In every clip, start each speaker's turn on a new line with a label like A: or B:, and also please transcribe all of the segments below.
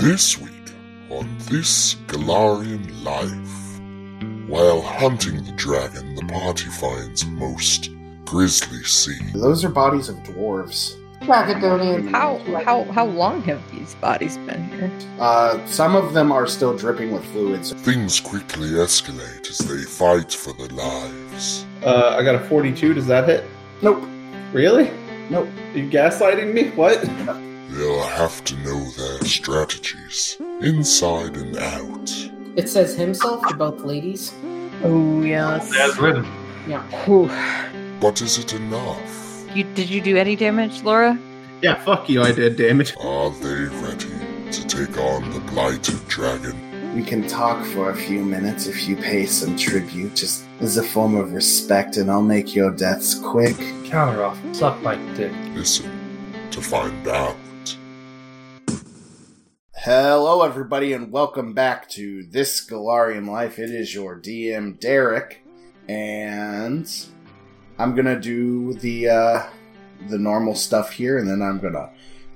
A: This week on This Galarian Life, while hunting the dragon, the party finds most grisly scene.
B: Those are bodies of dwarves.
C: Macedonian.
D: How how how long have these bodies been here?
B: Uh, some of them are still dripping with fluids.
A: Things quickly escalate as they fight for their lives.
E: Uh, I got a 42. Does that hit?
B: Nope.
E: Really?
B: Nope.
E: Are you gaslighting me? What?
A: They'll have to know their strategies, inside and out.
C: It says himself to both ladies.
D: Oh yes.
F: As written.
D: Whew.
A: But is it enough?
D: You did you do any damage, Laura?
E: Yeah, fuck you. I did damage.
A: Are they ready to take on the blighted dragon?
B: We can talk for a few minutes if you pay some tribute, just as a form of respect, and I'll make your deaths quick.
F: Counter off. Suck my dick.
A: Listen to find out.
B: Hello, everybody, and welcome back to This Galarian Life. It is your DM, Derek, and I'm gonna do the uh, the normal stuff here, and then I'm gonna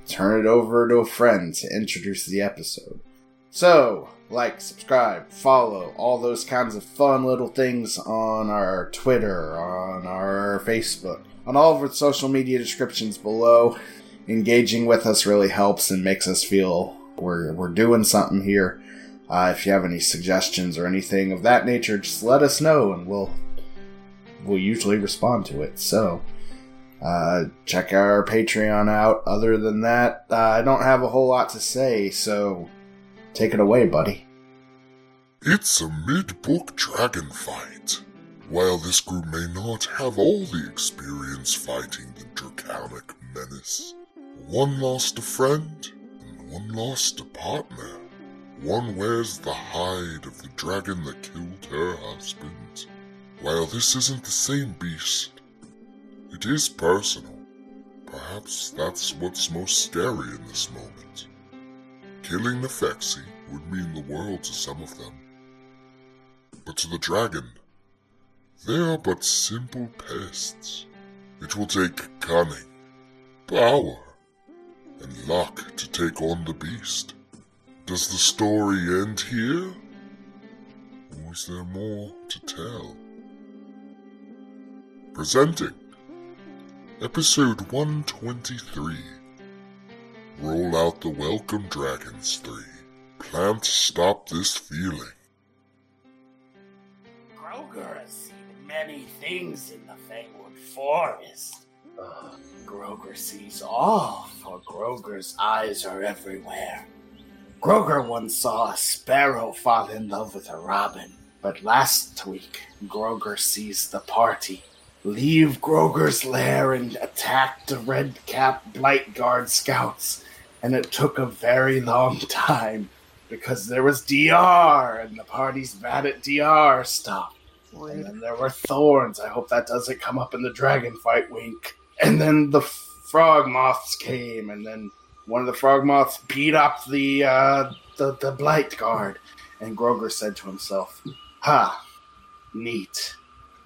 B: turn it over to a friend to introduce the episode. So, like, subscribe, follow, all those kinds of fun little things on our Twitter, on our Facebook, on all of our social media descriptions below engaging with us really helps and makes us feel we're we're doing something here. Uh, if you have any suggestions or anything of that nature, just let us know, and we'll we'll usually respond to it. So uh, check our Patreon out. Other than that, uh, I don't have a whole lot to say. So take it away, buddy.
A: It's a mid book dragon fight. While this group may not have all the experience fighting the draconic menace, one lost a friend and one lost a partner. One wears the hide of the dragon that killed her husband. While this isn't the same beast, it is personal. Perhaps that's what's most scary in this moment. Killing Nefexi would mean the world to some of them. But to the dragon, they are but simple pests. It will take cunning, power, and luck to take on the beast. Does the story end here? Or is there more to tell? Presenting Episode 123 Roll out the Welcome Dragons 3. Plan to stop this feeling.
G: Groger has seen many things in the Fangwood Forest. Ugh, Groger sees all, for Groger's eyes are everywhere. Groger once saw a sparrow fall in love with a robin, but last week, Groger sees the party leave Groger's lair and attack the red cap Blight Guard scouts. And it took a very long time because there was DR and the party's mad at DR stuff. And then there were thorns. I hope that doesn't come up in the dragon fight, wink. And then the frog moths came, and then one of the frog moths beat up the uh, the, the blight guard. And Groger said to himself, "Ha, neat."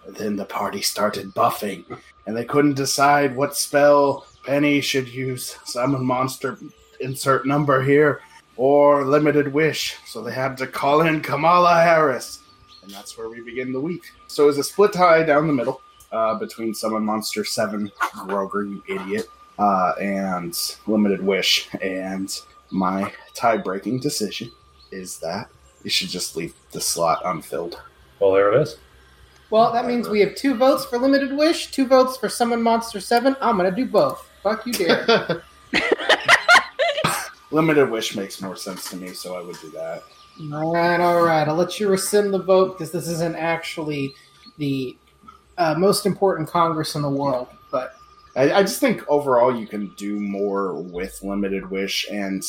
G: And then the party started buffing, and they couldn't decide what spell Penny should use. Summon monster, insert number here, or limited wish. So they had to call in Kamala Harris and that's where we begin the week. So it's a split tie down the middle uh, between Summon Monster 7, Groger, you idiot, uh, and Limited Wish. And my tie breaking decision is that you should just leave the slot unfilled.
F: Well, there it is.
H: Well, that means we have two votes for Limited Wish, two votes for Summon Monster 7. I'm going to do both. Fuck you, Derek.
B: Limited Wish makes more sense to me, so I would do that.
H: all right, all right. I'll let you rescind the vote because this isn't actually the uh, most important Congress in the world. But
B: I, I just think overall you can do more with limited wish, and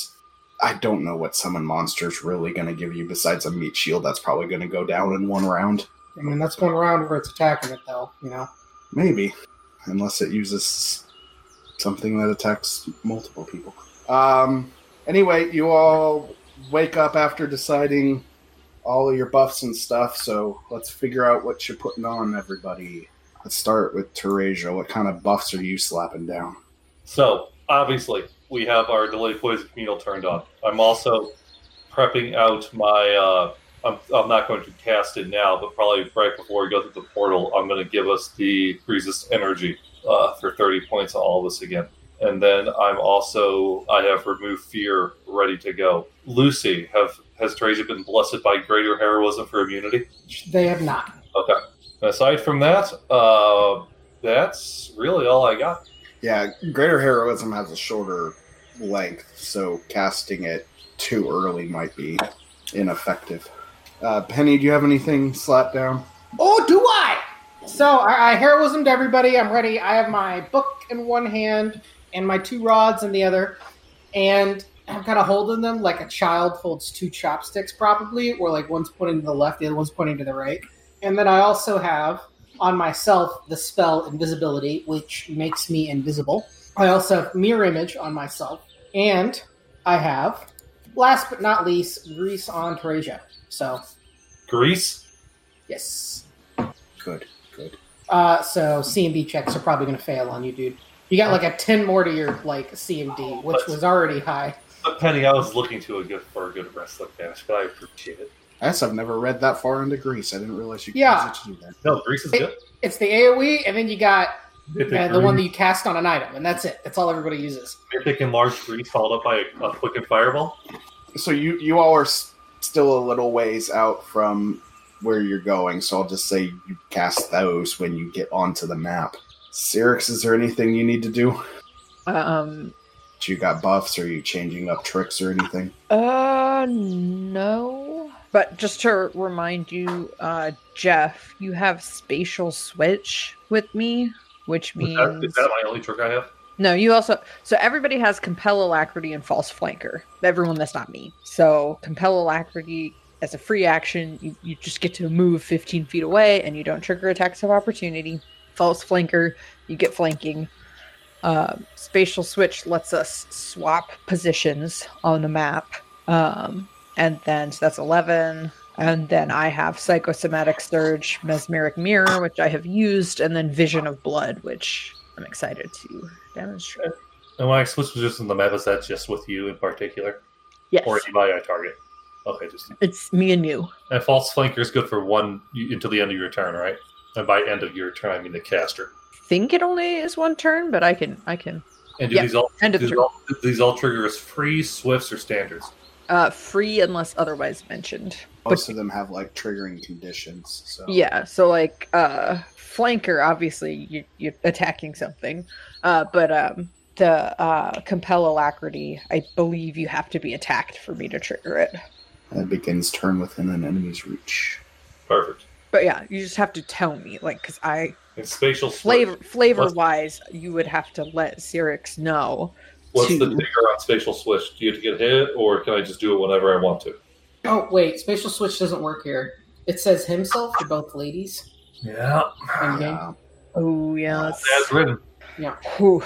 B: I don't know what summon monsters really going to give you besides a meat shield. That's probably going to go down in one round,
H: I mean, that's one round where it's attacking it, though. You know,
B: maybe, unless it uses something that attacks multiple people. Um. Anyway, you all wake up after deciding all of your buffs and stuff. So let's figure out what you're putting on everybody. Let's start with Teresia. What kind of buffs are you slapping down?
F: So, obviously, we have our delayed poison communal turned on. I'm also prepping out my. Uh, I'm, I'm not going to cast it now, but probably right before we go through the portal, I'm going to give us the resist energy uh, for 30 points on all of us again. And then I'm also I have removed fear ready to go. Lucy, have has Tracy been blessed by greater heroism for immunity?
H: They have not.
F: Okay. Aside from that, uh, that's really all I got.
B: Yeah, greater heroism has a shorter length, so casting it too early might be ineffective. Uh, Penny, do you have anything slapped down?
H: Oh, do I? So I, I heroism to everybody. I'm ready. I have my book in one hand and my two rods in the other, and I'm kind of holding them like a child holds two chopsticks, probably, or like one's pointing to the left, the other one's pointing to the right. And then I also have on myself the spell invisibility, which makes me invisible. I also have mirror image on myself, and I have last but not least grease on Teresia. So
F: Greece.
H: yes.
B: Good, good.
H: Uh, so CMD checks are probably going to fail on you, dude. You got like a ten more to your like CMD, which was already high.
F: But Penny, I was looking to a good for a good wrestling match, but I appreciate it.
B: I guess I've never read that far into Greece. I didn't realize you could
H: Yeah.
B: use it to do that.
F: No, Greece is good.
H: It's the AOE, and then you got
F: Mythic,
H: uh, the one that
F: Greece-
H: you cast on an item, and that's it. That's all everybody uses.
F: mythic enlarged Greece followed up by a, a quickened fireball.
B: So you you all are s- still a little ways out from where you're going. So I'll just say you cast those when you get onto the map. Cyrix, is there anything you need to do?
D: Um.
B: Do you got buffs? Are you changing up tricks or anything?
D: Uh. No. But just to remind you, uh, Jeff, you have spatial switch with me, which
F: Is
D: means
F: that, is that my only trick I have?
D: No, you also so everybody has compel alacrity and false flanker. Everyone that's not me. So compel alacrity as a free action, you, you just get to move 15 feet away and you don't trigger attacks of opportunity. False flanker, you get flanking. Uh, spatial switch lets us swap positions on the map. Um, and then so that's 11. And then I have psychosomatic surge, mesmeric mirror, which I have used, and then vision of blood, which I'm excited to demonstrate.
F: And when I switch positions on the map, is that just with you in particular,
D: Yes,
F: or anybody I target? Okay, just
D: it's me and you.
F: and false flanker is good for one you- until the end of your turn, right? And by end of your turn, I mean the caster.
D: Think it only is one turn, but I can I can
F: And do
D: Yeah,
F: these all
D: end of
F: these
D: turn.
F: all, these all trigger as free swifts or standards?
D: uh free unless otherwise mentioned.
B: Most of them have like triggering conditions. So
F: Oh.
D: Yeah, so like uh flanker obviously you you're attacking something. Uh but um the uh compel alacrity, I believe you have to be attacked for me to trigger it.
B: That begins turn within an enemy's reach.
F: Perfect.
D: But yeah, you just have to tell me like cuz I
F: And spatial
D: flavor
F: Switch.
D: flavor wise you would have to let Cyrix know.
F: What's the
D: to-
F: trigger on spatial switch? Do you have to get hit, or can I just do it whenever I want to?
H: Oh wait, spatial switch doesn't work here. It says himself for both ladies.
F: Yeah,
H: Endgame.
B: Yeah.
D: Oh yes.
F: as written.
D: Whew.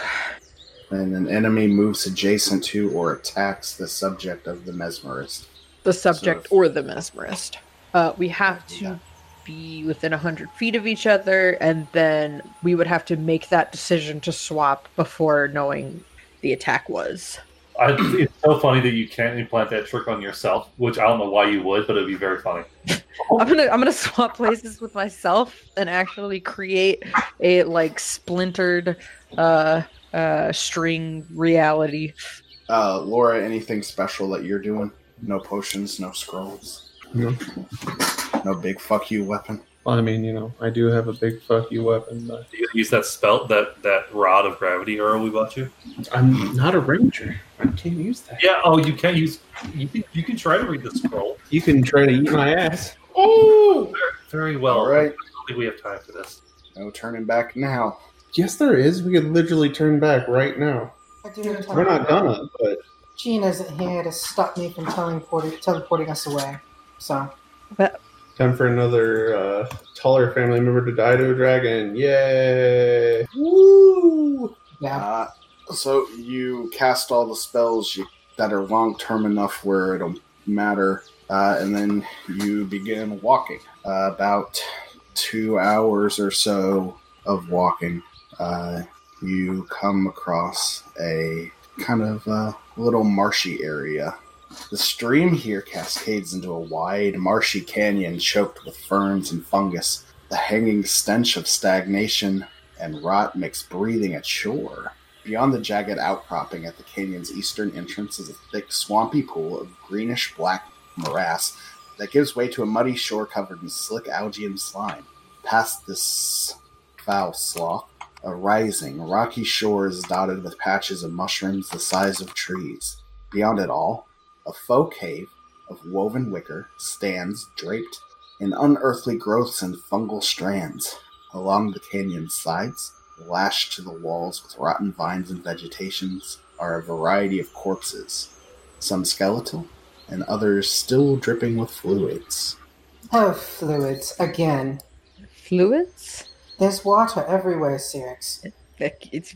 B: And an enemy moves adjacent to or attacks the subject of the mesmerist.
D: the subject
B: So-
D: or the mesmerist. Uh, we have to
B: Yeah.
D: be within 100 feet of each other, and then we would have to make that decision to swap before knowing the attack was.
F: I, it's so funny that you can't implant that trick on yourself, which I don't know why you would, but it'd be very funny.
D: I'm gonna I'm gonna swap places with myself and actually create a like splintered uh uh string reality.
B: Uh, Laura, anything special that you're doing? No potions, no scrolls,
E: No.
B: no big fuck you weapon.
E: Well, I mean, you know, I do have a big fuck you weapon, but
F: You use that spell, that that rod of gravity arrow we bought you.
E: I'm not a ranger. I can't use that.
F: Yeah. Oh, you can't use. You can, you can try to read the scroll
E: You can try to eat my ass.
H: Ooh,
F: very well.
B: All right,
F: I don't think we have time for this.
B: no turning back now.
E: Yes, there is. We could literally turn back right now.
H: I do need to
E: We're not gonna, but
H: Gene isn't here to stop me from teleporting, teleporting us away. So
E: time for another uh, taller family member to die to a dragon. Yay! Woo!
H: yeah,
B: Uh, so you cast all the spells you, that are long term enough where it'll matter, uh, and then you begin walking. Uh, about two hours or so of walking, uh, you come across a kind of uh, little marshy area The stream here cascades into a wide, marshy canyon choked with ferns and fungus. The hanging stench of stagnation and rot makes breathing a chore. Beyond the jagged outcropping at the canyon's eastern entrance is a thick, swampy pool of greenish black morass that gives way to a muddy shore covered in slick algae and slime. Past this foul slough, a rising, rocky shore is dotted with patches of mushrooms the size of trees. Beyond it all, a faux cave of woven wicker stands draped in unearthly growths and fungal strands. Along the canyon's sides, lashed to the walls with rotten vines and vegetations, are a variety of corpses, some skeletal, and others still dripping with fluids.
H: Oh, fluids again.
D: Fluids?
H: There's water everywhere, Sirix.
D: Like, It's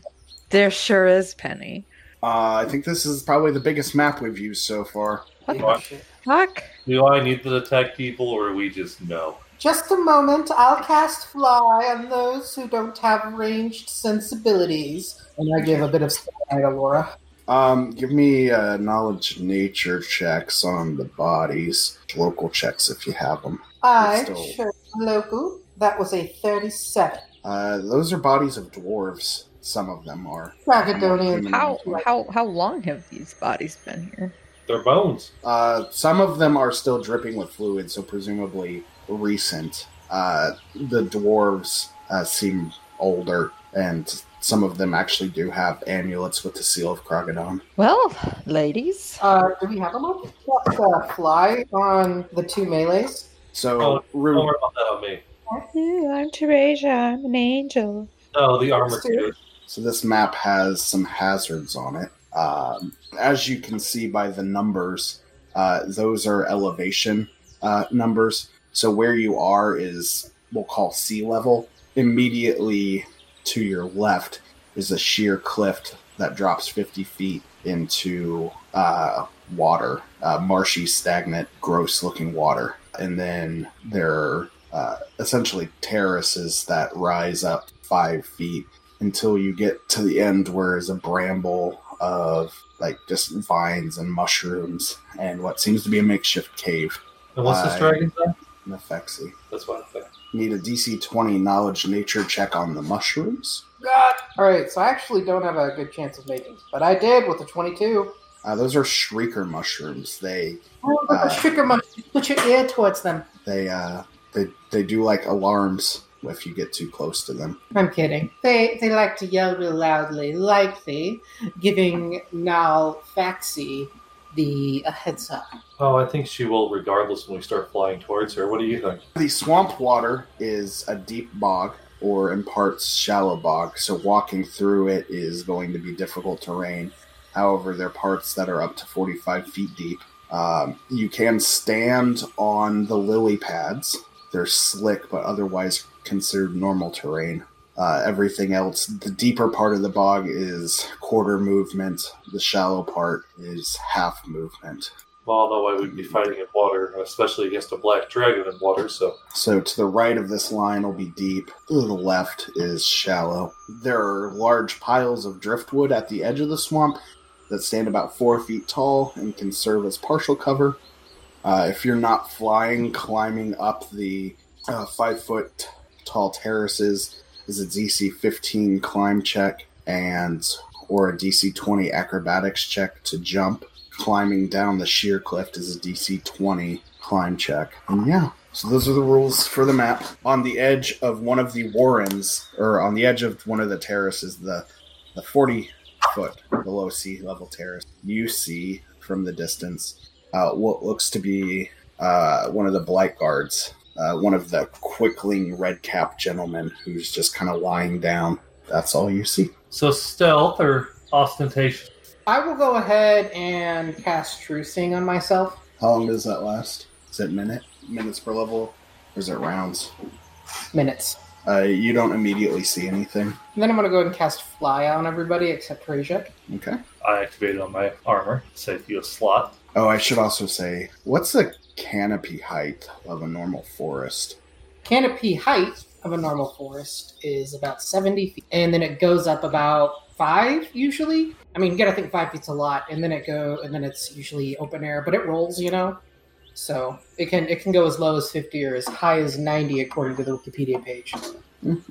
D: there sure is, Penny.
B: Uh, I think this is probably the biggest map we've used so far.
F: What?
D: Fuck.
F: Do I need to detect people, or we just know?
H: Just a moment. I'll cast fly on those who don't have ranged sensibilities. And I give a bit of spotlight to Laura.
B: Um, give me uh, knowledge nature checks on the bodies, local checks if you have them.
H: I
B: Let's do-
H: sure local. That was a thirty-seven.
B: Uh, those are bodies of dwarves. Some of them are.
H: Dragadonian.
D: How how how long have these bodies been here?
F: They're bones.
B: Uh, some of them are still dripping with fluid, so presumably recent. Uh, the dwarves uh, seem older, and some of them actually do have amulets with the seal of Krogodon.
D: Well, ladies,
H: Uh, do we have a moment? What's uh, fly on the two melees?
B: So, Ru-
F: Don't worry about that on me.
D: I'm Teresa. I'm an angel.
F: No, Oh, the armor too.
B: So this map has some hazards on it. Um, as you can see by the numbers, uh, those are elevation uh, numbers. So where you are is we'll call sea level. Immediately to your left is a sheer cliff that drops 50 feet into uh, water, uh, marshy, stagnant, gross-looking water. And then there are uh, essentially terraces that rise up five feet until you get to the end where is a bramble of like just vines and mushrooms and what seems to be a makeshift cave
F: And what's
B: I-
F: this dragon's name?
B: Nefexi.
F: That's what I think.
B: Need a DC 20 knowledge nature check on the mushrooms.
H: God. All right. So I actually don't have a good chance of making, it, but I did with a twenty-two.
B: Uh, those are shrieker mushrooms. They
H: Oh,
B: Uh,
H: trigger much. Put your ear towards them.
B: they uh they they do like alarms if you get too close to them.
H: I'm kidding. They they like to yell real loudly, likely giving now Faxi the a heads up.
F: Oh, I think she will, regardless, when we start flying towards her. What do you think?
B: The swamp water is a deep bog or in parts shallow bog, so walking through it is going to be difficult terrain. However, there are parts that are up to 45 feet deep. Um, you can stand on the lily pads. They're slick, but otherwise considered normal terrain. Uh, everything else, the deeper part of the bog is quarter movement, the shallow part is half movement.
F: Well, no way we'd be fighting in water, especially against a black dragon in water, so.
B: So to the right of this line will be deep, to the left is shallow. There are large piles of driftwood at the edge of the swamp that stand about four feet tall and can serve as partial cover. Uh, if you're not flying, climbing up the uh, five foot tall terraces is a DC 15 climb check and or a DC 20 acrobatics check to jump. Climbing down the sheer cliff is a DC 20 climb check. And yeah, so those are the rules for the map. On the edge of one of the warrens, or on the edge of one of the terraces, the the forty foot below sea level terrace, you see from the distance uh, what looks to be uh, one of the blight guards, uh, one of the quickling red cap gentlemen who's just kind of lying down. That's all you see.
F: So, stealth or ostentation?
H: I will go ahead and cast True Seeing on myself.
B: How long does that last? Is it minute minutes per level, or is it rounds?
H: Minutes.
B: Uh, you don't immediately see anything.
H: And then I'm gonna go ahead and cast Fly on everybody except Teresa.
B: Okay.
F: I activated on my armor, save you a slot.
B: Oh, I should also say, what's the canopy height of a normal forest?
H: Canopy height of a normal forest is about 70 feet, and then it goes up about five usually. I mean, you got to think five feet's a lot, and then it go, and then it's usually open air, but it rolls, you know. So it can it can go as low as fifty or as high as ninety according to the Wikipedia page.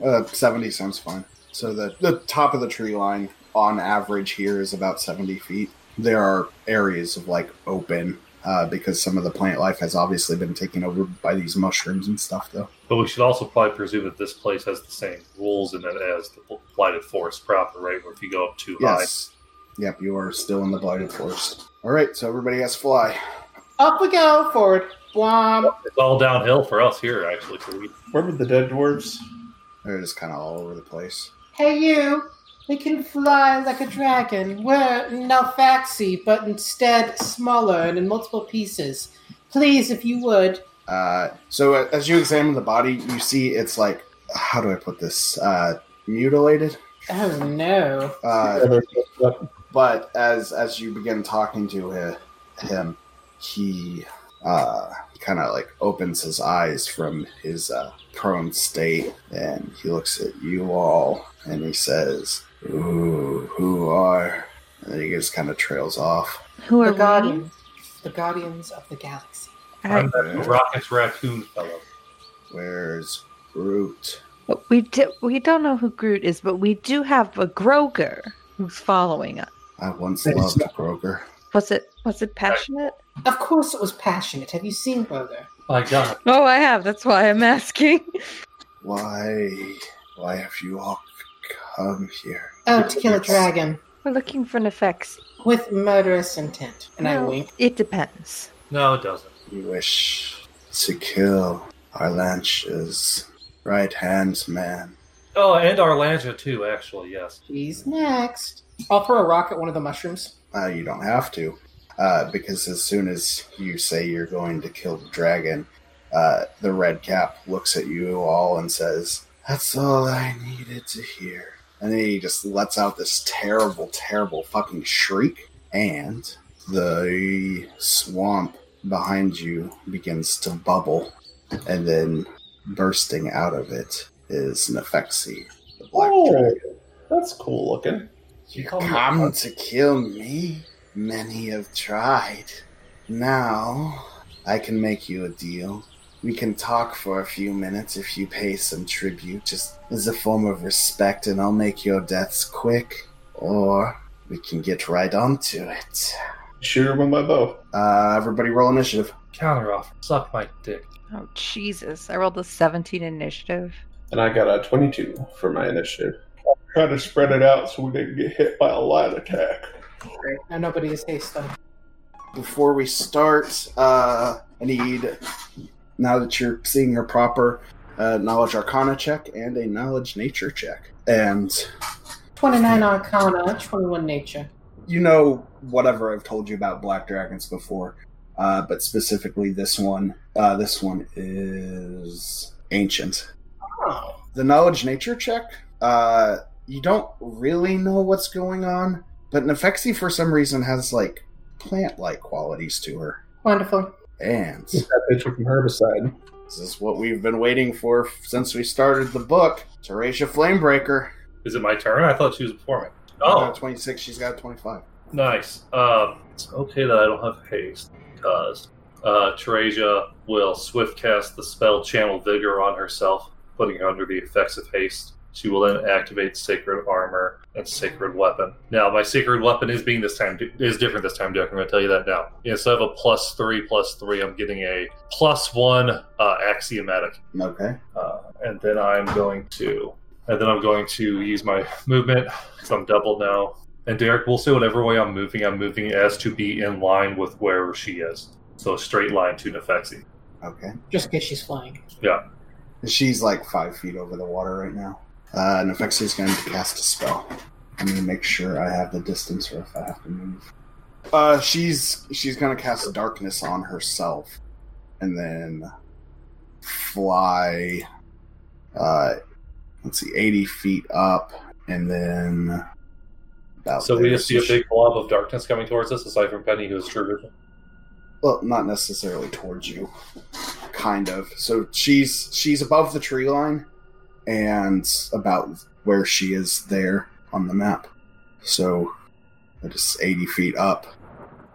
B: Uh, 70 sounds fine. So the, the top of the tree line on average here is about 70 feet. There are areas of like open uh, because some of the plant life has obviously been taken over by these mushrooms and stuff, though.
F: But we should also probably presume that this place has the same rules in it as the bl- blighted forest proper, right? Where if you go up too
B: Yes. Yep, you are still in the blighted forest. All right, so everybody has fly.
H: Up we go, forward. Blom.
F: high, it's all downhill for us here, actually. So we,
E: Where were the dead dwarves?
B: They're just kind of all over the place.
H: Hey you, we can fly like a dragon. We're Nalfaxi, but instead smaller and in multiple pieces. Please, if you would.
B: Uh, so uh, as you examine the body, you see it's like, how do I put this? Uh, mutilated?
H: Oh no.
B: Uh,
E: Yeah, they're-
B: but as as you begin talking to hi- him, he uh, kind of like opens his eyes from his uh, prone state, and he looks at you all, and he says, "Ooh, who are?" And then he just kind of trails off.
D: Who
H: The Guardians. The Guardians of the Galaxy.
F: I'm that rocket's raccoon fellow.
B: Where's Groot?
D: we do, we don't know who Groot is, but we do have a Groger who's following us.
B: I once
E: It's
B: loved Groger.
D: Was it was it passionate?
H: Of course it was passionate. Have you seen Brother?
F: My God,
D: Oh, I have. That's why I'm asking.
B: Why? Why have you all come here?
H: Oh, to kill a dragon
D: We're looking for an effects.
H: with murderous intent. And I
D: Well,
H: wink.
D: It depends.
F: no, it doesn't.
B: You wish to kill Arlanch's right hand man.
F: Oh, and Arlantia too, actually. Yes.
H: He's next. I'll throw a rock at one of the mushrooms.
B: Uh, you don't have to, uh, because as soon as you say you're going to kill the dragon, uh, the red cap looks at you all and says, That's all I needed to hear. And then he just lets out this terrible, terrible fucking shriek, and the swamp behind you begins to bubble, and then bursting out of it is Nefexi, the black dragon.
E: Oh, that's cool looking.
F: You call me
B: Come to kill me? Many have tried. Now, I can make you a deal. We can talk for a few minutes if you pay some tribute, just as a form of respect, and I'll make your deaths quick. Or we can get right onto it.
E: Shoot her with my bow.
B: Uh, everybody roll initiative.
F: counter offer. Suck my dick.
D: Oh Jesus! I rolled a 17 initiative.
E: And I got a 22 for my initiative. I'm trying to spread it out so we didn't get hit by a light attack.
H: Great. Now nobody is haste them.
B: Before we start, uh, I need, now that you're seeing your proper, uh, knowledge arcana check and a knowledge nature check. And
H: 29 Arcana, 21 Nature.
B: you know whatever I've told you about black dragons before, uh, but specifically this one. Uh, this one is ancient.
H: Oh.
B: The knowledge nature check. Uh, you don't really know what's going on, but Nefexi for some reason has like plant-like qualities to her.
H: Wonderful.
B: And
E: That bitch with some herbicide.
B: this is what we've been waiting for since we started the book. Terracia Flamebreaker.
F: Is it my turn? I thought she was before me.
B: I've
F: Oh,
B: got a twenty-six. She's got a twenty-five.
F: Nice. Um, it's okay that I don't have haste because uh, Teresia will swift cast the spell Channel Vigor on herself, putting her under the effects of haste. She will then activate Sacred Armor and Sacred Weapon. Now, my Sacred Weapon is being this time is different this time, Derek. I'm going to tell you that now. Instead of a plus three, plus three, I'm getting a plus one uh, axiomatic.
B: Okay.
F: Uh, and then I'm going to, and then I'm going to use my movement. So I'm doubled now. And Derek will say whatever way I'm moving, I'm moving as to be in line with wherever she is. So a straight line to Nefexi.
B: Okay.
H: Just in case she's flying.
B: She's like five feet over the water right now. Uh, and Nefexi's going to cast a spell. Let me make sure I have the distance or if I have to move. Uh, she's she's going to cast darkness on herself, and then fly. Uh, let's see, eighty feet up, and then about.
F: So we
B: there.
F: just see a big blob of darkness coming towards us, aside from Penny, who is true vision.
B: well not necessarily towards you kind of so she's she's above the tree line and about where she is there on the map So that is 80 feet up.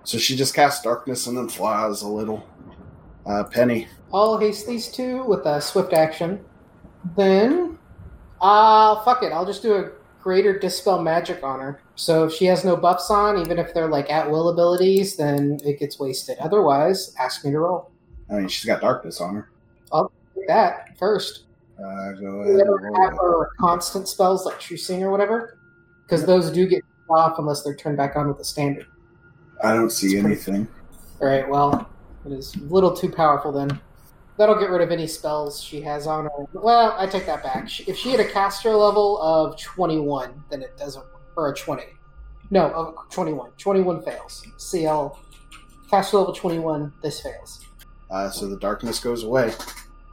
B: So she just casts darkness and then flies a little. Uh, Penny.
H: I'll haste these two with a swift action. Then, uh, fuck it. I'll just do a greater dispel magic on her. So if she has no buffs on, even if they're like at will abilities, then it gets wasted. Otherwise, ask me to roll.
B: I mean, she's got darkness on her.
H: Take That first.
B: Uh, go
H: Do
B: ahead. and
H: we ever have
B: roll.
H: our constant spells like True Seeing or whatever? Because those do get off unless they're turned back on with the standard.
B: I don't see anything.
H: All right, well, it is a little too powerful then. That'll get rid of any spells she has on her. Well, I take that back. She- If she had a caster level of 21, then it doesn't or a 20. No, of 21. 21 fails. CL caster level 21, this fails.
B: Uh, so the darkness goes away.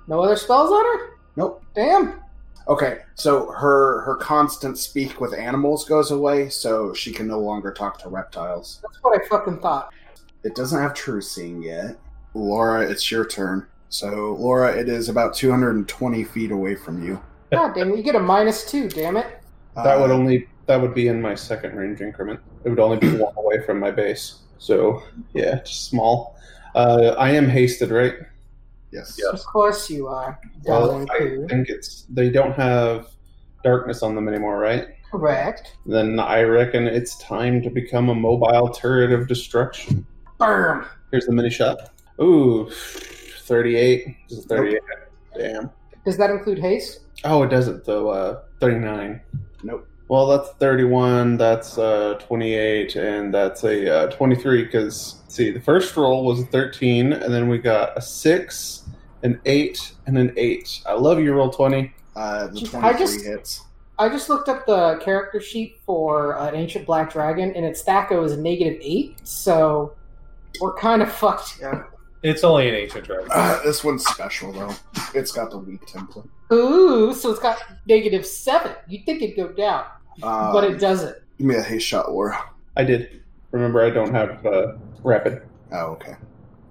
H: No other spells on her?
B: Nope.
H: Damn.
B: Okay, so her her constant speak with animals goes away, so she can no longer talk to reptiles.
H: That's what I fucking thought.
B: It doesn't have true seeing yet. Laura, it's your turn. So Laura, it is about 220 feet away from you.
H: God damn it, you get a minus 2, damn it.
E: That would
B: Uh,
E: only that would be in my second range increment. It would only be one away from my base. So yeah, just small. Uh, I am hasted, right?
B: yes.
F: Yeah.
H: Of course you are.
E: Well,
H: darling
E: I
H: poo.
E: think it's they don't have darkness on them anymore, right?
H: Correct.
E: Then I reckon it's time to become a mobile turret of destruction.
H: Burm.
E: Here's the mini shot. Ooh, 38. This is 38. Damn.
H: Does that include haste?
E: Oh, it doesn't though. Uh, 39.
B: Nope.
E: Well, that's 31, that's uh, 28, and that's a uh, 23. Because, see, the first roll was a 13, and then we got a 6, an 8, and an 8. I love you, roll 20.
B: Uh, the
H: Jeez,
B: 23
H: I just-
B: hits.
H: I just looked up the character sheet for uh, an ancient black dragon, and its Thaco is negative eight, so we're kind of fucked here.
F: It's only an ancient dragon.
B: Uh, this one's special though. It's got the weak template.
H: Ooh, so it's got negative seven. You'd think it'd go down,
B: Um,
H: but it doesn't.
B: Give me a haste shot, Laura.
E: I did. Remember, I don't have uh, rapid.
B: Oh, okay.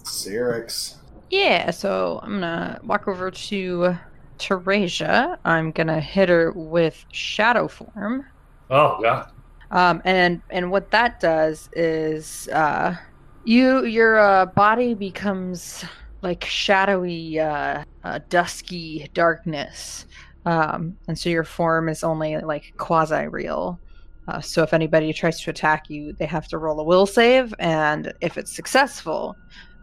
B: Cyrix.
D: Yeah, so I'm gonna walk over to Teresia. I'm gonna hit her with Shadow Form.
F: Oh god.
D: Um, and and what that does is uh, you your uh, body becomes like shadowy, uh, uh, dusky darkness, um, and so your form is only like quasi real. Uh, so if anybody tries to attack you, they have to roll a will save, and if it's successful,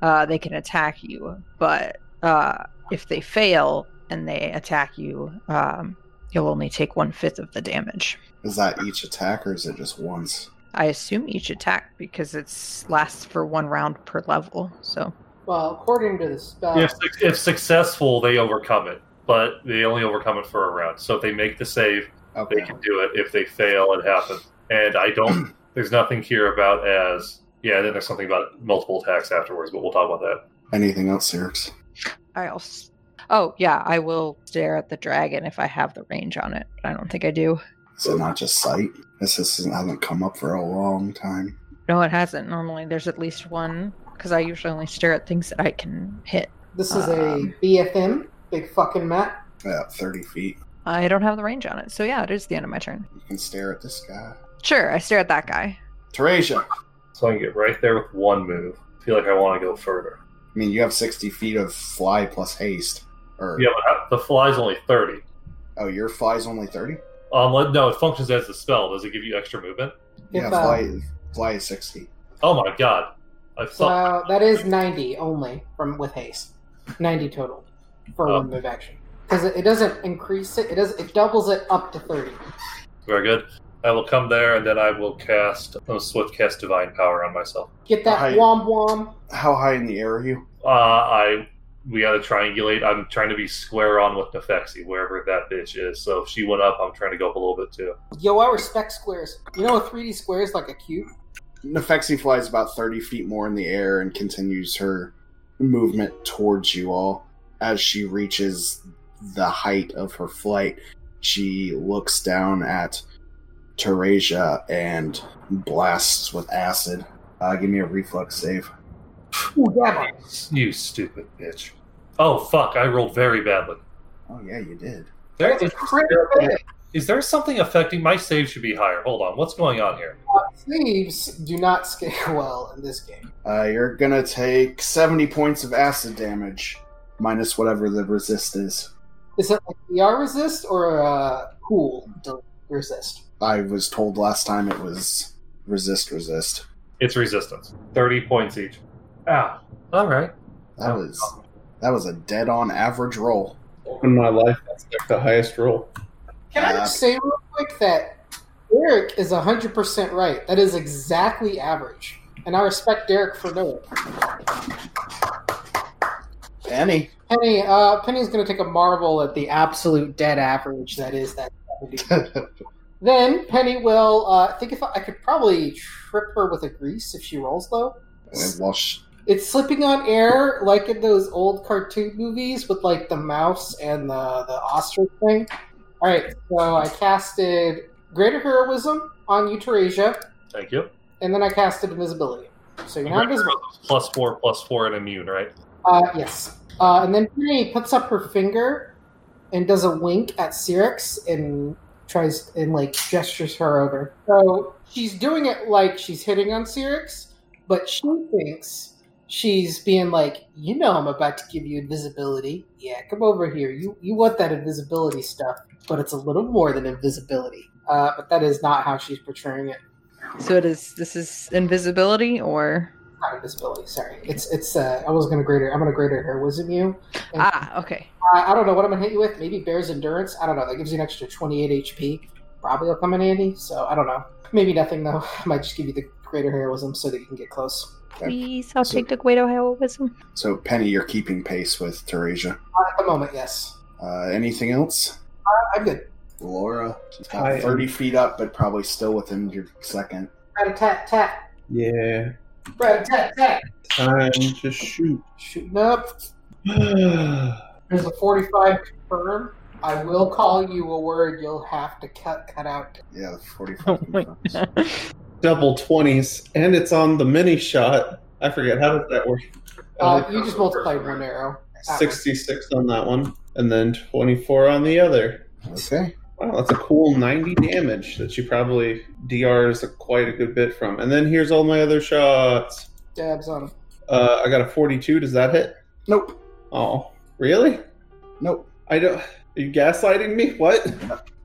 D: uh, they can attack you. But uh, if they fail and they attack you, um, you'll only take one fifth of the damage.
B: Is that each attack or is it just once?
D: I assume each attack because it's lasts for one round per level. So
H: Well, according to uh, the spell,
F: If suc- if successful, they overcome it, but they only overcome it for a round. So if they make the save, they
B: Okay.
F: can do it. If they fail, it happens. And I don't. There's nothing here about as yeah. Then there's something about multiple attacks afterwards, but we'll talk about that.
B: Anything else, Cyrix?
D: I also, oh yeah, I will stare at the dragon if I have the range on it. But I don't think I do.
B: Is it not just sight? This is- hasn't come up for a long time.
D: No, it hasn't. Normally, there's at least one because I usually only stare at things that I can hit.
H: this is a
D: Um.
H: BFM, big fucking Matt.
B: About 30 feet.
D: I don't have the range on it. So yeah, it is the end of my turn.
B: You can stare at this guy.
D: Sure, I stare at that guy.
B: Teresia!
F: So I can get right there with one move. I feel like I want to go further.
B: I mean, you have 60 feet of fly plus haste. Or,
F: Yeah, but I- the fly's only thirty.
B: oh, your fly's only 30?
F: Um, let- no, it functions as a spell. Does it give you extra movement?
H: If,
B: yeah,
H: uh,
B: fly, fly is 60.
F: Oh my god! I
H: So
F: thought
H: that is ninety only from with haste, ninety total for
F: Oh.
H: one move action because it, it doesn't increase it. It does it doubles it up to thirty.
F: very good. I will come there, and then I will cast a swift cast divine power on myself.
H: Get that
B: Right.
H: womp womp.
B: How high in the air are you?
F: Uh, I we gotta triangulate. I'm trying to be square on with Nefexi, wherever that bitch is. So if she went up, I'm trying to go up a little bit too.
H: Yo, I respect squares. You know, a 3D square is like a cube.
B: Nefexi flies about 30 feet more in the air and continues her movement towards you all. As she reaches the height of her flight, she looks down at Teresia and blasts with acid. Uh, give me a reflex save.
H: Ooh, that one.
F: You stupid bitch. Oh fuck! I rolled very badly.
B: Oh, yeah, you did.
F: There
H: That's a
F: is
H: crit
F: terrible-
H: fail.
F: Is there something affecting my save? Should be higher. Hold on. What's going on here?
H: Sleeves do not scale well in this game.
B: Uh, you're gonna take 70 points of acid damage, minus whatever the resist is.
H: Is it like ER resist or uh, cool del- resist?
B: I was told last time it was resist, resist.
F: It's resistance. Thirty points each. Ah. All right.
B: That was that was a dead on average roll.
E: In my life, that's like the highest roll.
H: Can I
B: Uh,
H: just say real quick that Derek is 100% right. That is exactly average. And I respect Derek for knowing.
B: Penny.
H: Penny, uh, Penny's going to take a marvel at the absolute dead average that is that 70. then Penny will uh, think if I, I could probably trip her with a grease if she rolls low.
B: And while sh-
H: It's slipping on air like in those old cartoon movies with like the mouse and the, the ostrich thing. All right, so I casted Greater Heroism on Euterasia,
F: Thank you.
H: and then I casted Invisibility. So you're not invisible.
F: Plus four, plus four, and immune, right?
H: Uh, yes. Uh, and then Penny puts up her finger and does a wink at Cyrix and tries and like gestures her over. So she's doing it like she's hitting on Cyrix, but she thinks she's being like, you know, I'm about to give you invisibility. Yeah, come over here. You you want that invisibility stuff, but it's a little more than invisibility. Uh, but that is not how she's portraying it.
D: So it is. This is invisibility, or
H: Not invisibility. Sorry, it's it's. Uh, I was gonna grade her. I'm gonna grade her heroism you. And-
D: ah, okay.
H: I, I don't know what I'm gonna hit you with. Maybe Bear's Endurance. I don't know. That gives you an extra 28 HP. Probably will come in handy. So I don't know. Maybe nothing though. I might just give you the greater heroism so that you can get close.
D: Please, I'll
B: So- take
D: the Guido heroism.
B: so Penny, you're keeping pace with Teresia.
H: Uh, at the moment, yes.
B: Uh, anything else?
H: I- I'm good.
B: Laura, she's about
E: I am-
B: 30 feet up, but probably still within your second.
H: Rat tat tat.
E: Yeah.
H: Rat tat tat.
E: Time to shoot.
H: Shooting up.
E: All
H: There's a 45 confirm. I will call you a word you'll have to cut cut out.
B: Yeah, the 45. confirms.
E: double twenties, and it's on the mini shot. I forget how does that work.
H: Uh, you just multiplied one arrow.
E: Sixty-six on that one, and then twenty-four on the other.
B: okay.
E: Wow, that's a cool ninety damage that you probably DRs quite a good bit from. And then here's all my other shots.
H: Dabs on. him.
E: Uh, I got a forty-two. Does that hit?
B: Nope.
E: Oh, really?
B: Nope.
E: I don't. Are you gaslighting me? What?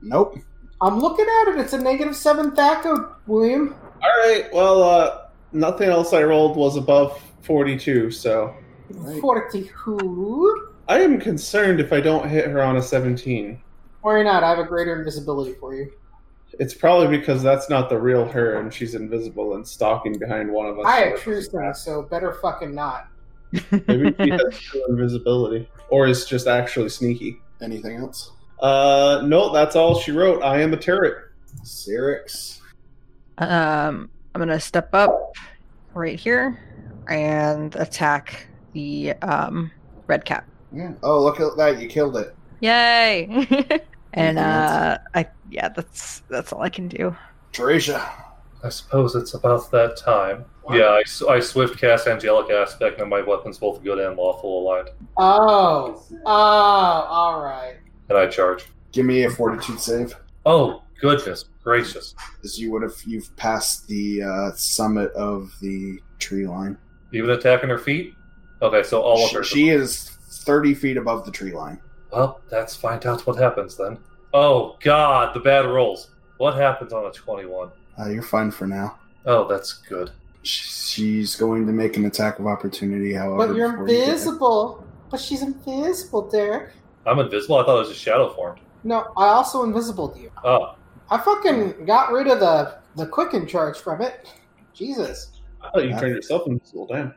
B: Nope.
H: I'm looking at it. It's a negative seven Thaco, William.
E: All right. Well, uh, nothing else I rolled was above forty-two, so
B: Right.
H: 42.
E: I am concerned if I don't hit her on a 17.
H: Worry not, I have a greater invisibility for you.
E: It's probably because that's not the real her and she's invisible and stalking behind one of us.
H: I have true sense, so better fucking not.
E: Maybe she has true invisibility. Or is just actually sneaky.
B: Anything else?
E: Uh, no, that's all she wrote. I am a turret.
B: Cyrix.
D: Um, I'm gonna step up right here and attack the um red cap.
B: Yeah. Oh, look at that. You killed it.
D: Yay!
B: Anything
D: and
B: else?
D: uh, I yeah, that's that's all I can do.
B: Teresia.
F: I suppose it's about that time. Yeah, I, s- I swift cast angelic aspect, and my weapons both good and lawful aligned,
H: Oh, oh, all right.
F: and I charge.
B: Give me a fortitude save,
F: Oh goodness gracious!
B: as you would if you've passed the uh, summit of the tree line.
F: Even attacking her feet. Okay, so all of
B: She,
F: her.
B: she is 30 feet above the tree line.
F: Well, let's find out what happens then. Oh God, the bad rolls. What happens on a twenty-one?
B: Uh, you're fine for now.
F: Oh, that's good.
B: Sh- She's going to make an attack of opportunity, however.
H: But you're
B: before you get it.
H: invisible. But she's invisible, Derek.
F: I'm invisible. I thought it was just shadow formed.
H: No, I also invisibled you.
F: Oh,
H: I fucking got rid of the the quicken charge from it. Jesus.
E: I thought you turned yourself invisible. Damn.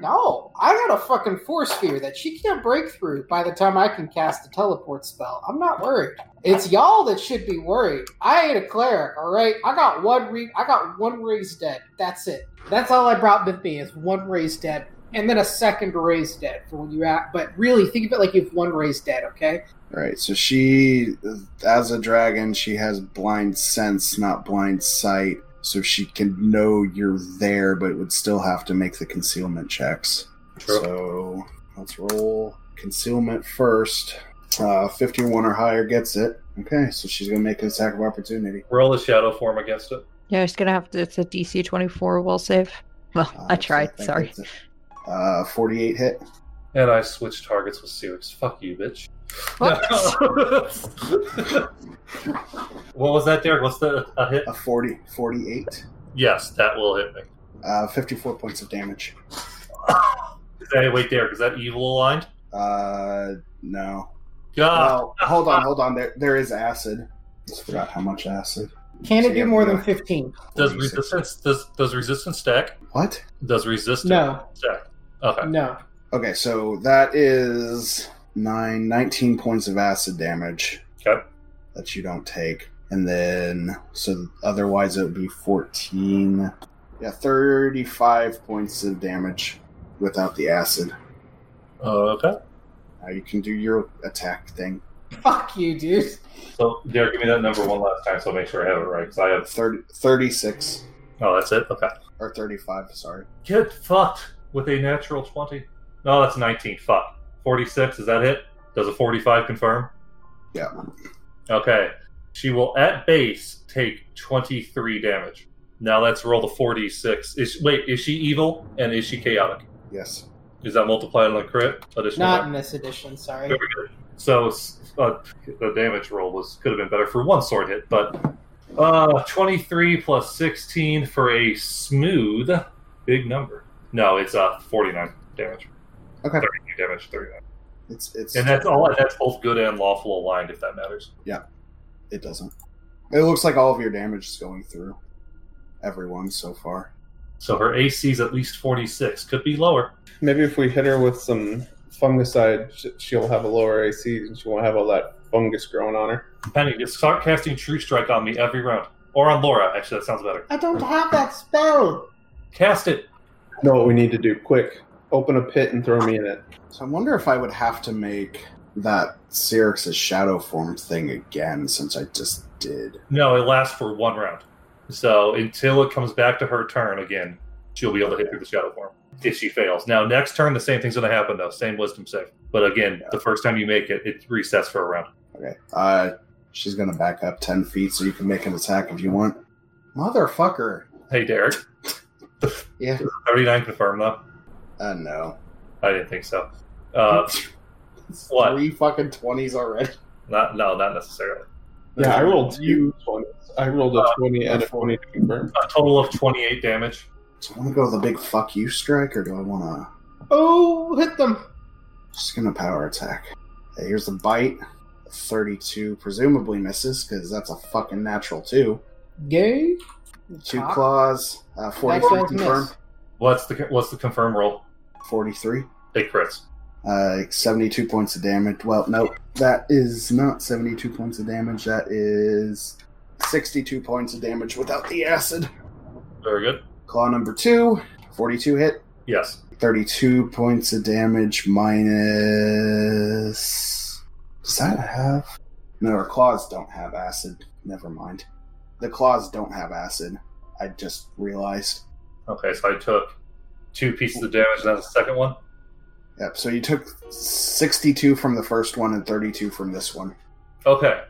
H: No, I got a fucking force sphere that she can't break through by the time I can cast the teleport spell. I'm not worried. It's y'all that should be worried. I ain't a cleric, all right. I got one re- I got one raised dead. That's it. That's all I brought with me is one raised dead, and then a second raised dead for when you're at. But really, think of it like you've one raised dead. Okay.
B: Right, so she, as a dragon, she has blind sense, not blind sight, so she can know you're there, but would still have to make the concealment checks.
F: True.
B: So let's roll concealment first. Uh, 51 or higher gets it. Okay, so she's going to make an attack of opportunity.
F: Roll the shadow form against it.
D: Yeah, it's gonna have to. It's a DC 24 will save. Well,
B: Uh,
D: I
B: so
D: tried.
B: think
D: Sorry.
B: that's it. Uh, 48 hit.
F: And I switched targets with Sirix. Fuck you, bitch.
D: What?
F: what was that, Derek? What's the a hit?
B: A 40, 48.
F: Yes, that will hit me.
B: Uh, 54 points of damage.
F: Is that, wait, Derek, is that evil aligned?
B: Uh, no.
F: God.
B: Well, hold on, hold on. There, there is acid. Just forgot how much acid.
H: Can
B: So
H: it
B: you
H: do
B: have
H: more
B: no-
H: than 15?
F: Does
B: 46.
F: resistance does does resistance stack?
B: What?
F: Does resistance
H: No. Mm.
F: stack? Okay.
H: No.
B: Okay, so that is nine, 19 points of acid damage.
F: Okay.
B: That you don't take, and then so otherwise it would be fourteen. Yeah, thirty-five points of damage without the acid.
F: Okay.
B: Now you can do your attack thing.
H: Fuck you, dude.
F: So Derek, give me that number one last time, so I'll make sure I have it right. Because I have.
B: 30, 36
F: Oh, that's it. Okay.
B: or thirty-five. Sorry.
F: Get fucked with a natural twenty. No, that's nineteen. Fuck. Forty-six. Is that hit? Does a forty-five confirm?
B: Yeah.
F: Okay. She will at base take twenty-three damage. Now let's roll the forty-six. Is wait, is she evil and is she chaotic?
B: Yes.
F: Is that multiplied on the crit? Additional
H: Not
F: damage?
H: in this edition, sorry.
F: Very good. So uh, the damage roll was could have been better for one sword hit, but uh, 23 plus 16 for a smooth big number. No, it's uh 49 damage.
B: Okay.
F: 39 damage, 39.
B: It's it's.
F: And that's all. That's both good and lawful aligned, if that matters.
B: It doesn't. It looks like all of your damage is going through everyone so far.
F: So her AC's at least 46. Could be lower.
E: Maybe if we hit her with some fungicide, sh- she'll have a lower AC and she won't have all that fungus growing on her.
F: Penny, just start casting True Strike on me every round, or on Laura. Actually, that sounds better.
H: I don't have that spell.
F: Cast it.
E: Know what we need to do? Quick, open a pit and throw me in it.
B: So I wonder if I would have to make that Cyrix's shadow form thing again since I just did.
F: No, it lasts for one round. So until it comes back to her turn again, she'll be able to hit through the shadow form if she fails. Now, next turn, the same thing's going to happen, though. Same wisdom save. But again, the first time you make it, it resets for a round.
B: Okay. Uh, she's gonna back up ten feet so you can make an attack if you want. Motherfucker.
F: Hey, Derek.
B: Yeah.
F: 39 confirmed, though.
B: Uh, no.
F: I didn't think so. Uh, what?
B: Three fucking twenties already.
F: Not, no, not necessarily.
E: Yeah, I rolled
B: You
E: two 20s. I rolled a 20 and a 20 to confirm.
F: A total of 28 damage.
B: do I want to go with a big fuck you strike, or do I want to
H: Oh, hit them.
B: just gonna power attack? Okay, here's the bite. Thirty-two presumably misses because that's a fucking natural two.
H: Gay.
B: Two
H: Cock.
B: claws. Uh,
H: That
B: 43
H: does miss.
B: confirm.
F: What's the what's the confirm roll?
B: 43.
F: It crits.
B: Uh, 72 points of damage. Well, no, that is not 72 points of damage. That is 62 points of damage without the acid.
F: Very good.
B: Claw number two. 42 hit.
F: Yes.
B: 32 points of damage minus. Does that have. No, our claws don't have acid. Never mind. The claws don't have acid. I just realized.
F: Okay, so I took two pieces of damage, and that's the second one.
B: Yep. So you took 62 from the first one and 32 from this one.
F: Okay.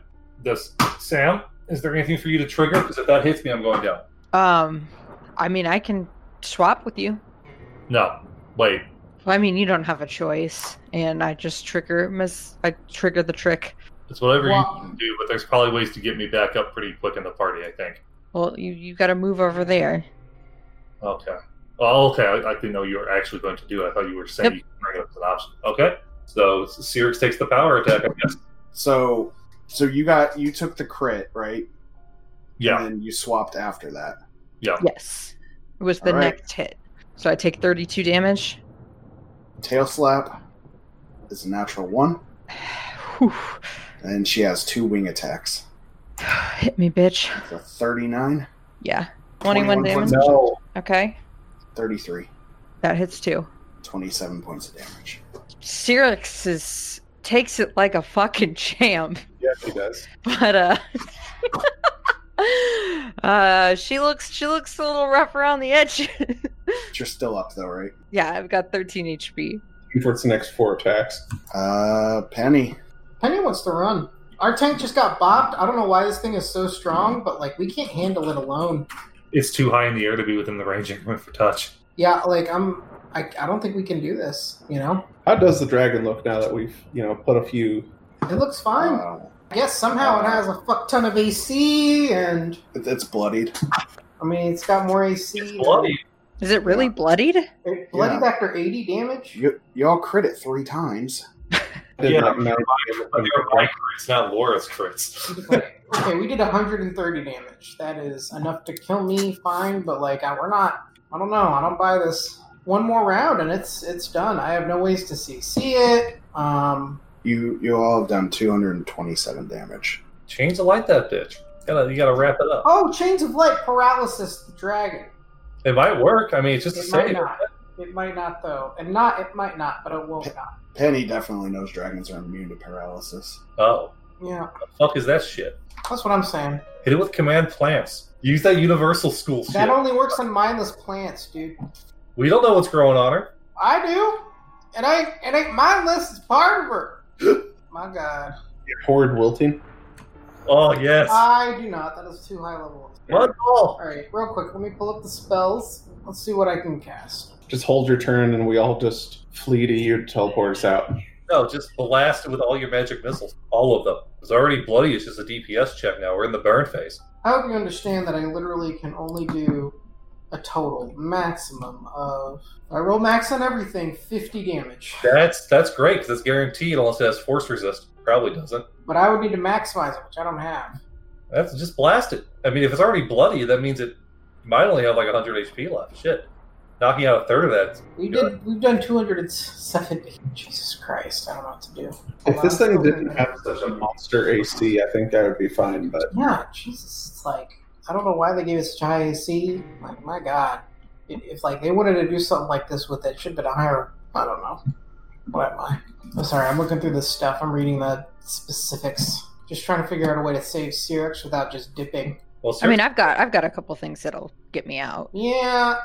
F: This Sam, is there anything for you to trigger? Because if that hits me, I'm going down.
D: Um, I mean, I can swap with you.
F: No. Wait.
D: I mean, you don't have a choice, and I just trigger miss. I trigger the trick.
F: It's whatever
H: Well-
F: you can do, but there's probably ways to get me back up pretty quick in the party, I think.
D: Well, you you got to move over there.
F: Okay. Oh, okay. I, I didn't know you were actually going to do it. I thought you were saying
D: Yep.
F: you could bring it up as an option. Okay. So Sirix takes the power attack, I guess.
B: So, so you got you took the crit right,
F: Yeah.
B: and then you swapped after that.
D: Yes, it was the
B: All right.
D: next hit. So I take thirty-two damage.
B: Tail slap is a natural one,
D: Whew.
B: and she has two wing attacks.
D: Hit me, bitch.
B: So 39,
D: Yeah, twenty-one,
B: 21 points-
D: damage.
E: No.
D: Okay,
B: 33,
D: that hits too.
B: 27 points of damage.
D: Cyrix is takes it like a fucking champ.
E: Yeah, she does.
D: but uh uh she looks she looks a little rough around the edge
B: But you're still up though, right?
D: yeah i've got 13 hp
E: For its next four attacks.
B: Uh, Penny.
H: Penny wants to run. Our tank just got bopped. I don't know why this thing is so strong, but like we can't handle it alone.
F: It's too high in the air to be within the range increment for touch.
H: Yeah, like I'm. I, I don't think we can do this. You know,
E: How does the dragon look now that we've you know put a few?
H: it looks fine.
B: Uh,
H: I guess somehow it has a fuck ton of AC, and
B: it- it's bloodied.
H: I mean it's got more AC.
F: It's bloody.
D: Is it really bloodied?
H: It bloodied
B: Yeah.
H: after eighty damage.
B: You, y'all crit it three times.
E: Did
F: Yeah,
E: not manage
F: But they're my crits, not Laura's crits.
H: okay, we did 130 damage. That is enough to kill me, fine, but like I, we're not. I don't know. I don't buy this. One more round and it's it's done. I have no ways to CC it. Um,
B: You you all have done 227 damage.
F: Change the light that bitch. Gotta, you gotta wrap it up.
H: oh, chains of light paralysis the dragon.
F: It might work. I mean, it's just the
H: It might
F: same.
H: not. It might not though, and not it might not, but it will not.
B: Penny definitely knows dragons are immune to paralysis.
F: Oh,
H: Yeah,
F: the fuck is that shit?
H: that's what I'm saying.
F: Hit it with command plants. Use that universal school shit.
H: That only works on mindless plants, dude.
F: we don't know what's growing on her.
H: I do. It ain't it ain't mindless. It's part of her. My God.
E: Horde wilting.
F: Oh yes.
H: I do not. That is too high level.
F: What?
H: All right, real quick, let me pull up the spells. Let's see what I can cast.
E: Just hold your turn, and we all just flee to you to teleport us out.
F: No, just blast it with all your magic missiles. All of them. It's already bloody. It's just a DPS check now. We're in the burn phase.
H: I hope you understand that I literally can only do a total maximum of. I roll max on everything, 50 damage.
F: That's that's great because it's guaranteed unless it has force resist. Probably doesn't.
H: But I would need to maximize it, which I don't have.
F: That's just blast it. I mean, if it's already bloody, that means it might only have like 100 HP left. Shit, knocking out a third of that.
H: We did. We've done 270. Jesus Christ! I don't know what to do.
E: If this thing didn't have such a monster AC, I think I would be fine. But
H: Yeah, Jesus, it's like I don't know why they gave it such high AC. Like my God, if, if like they wanted to do something like this with it, should have been a higher. I don't know. What am I? I'm sorry, I'm looking through this stuff. I'm reading the specifics, just trying to figure out a way to save Cyrix without just dipping.
F: Well,
D: I mean, I've got I've got a couple things that'll get me out.
H: Yeah,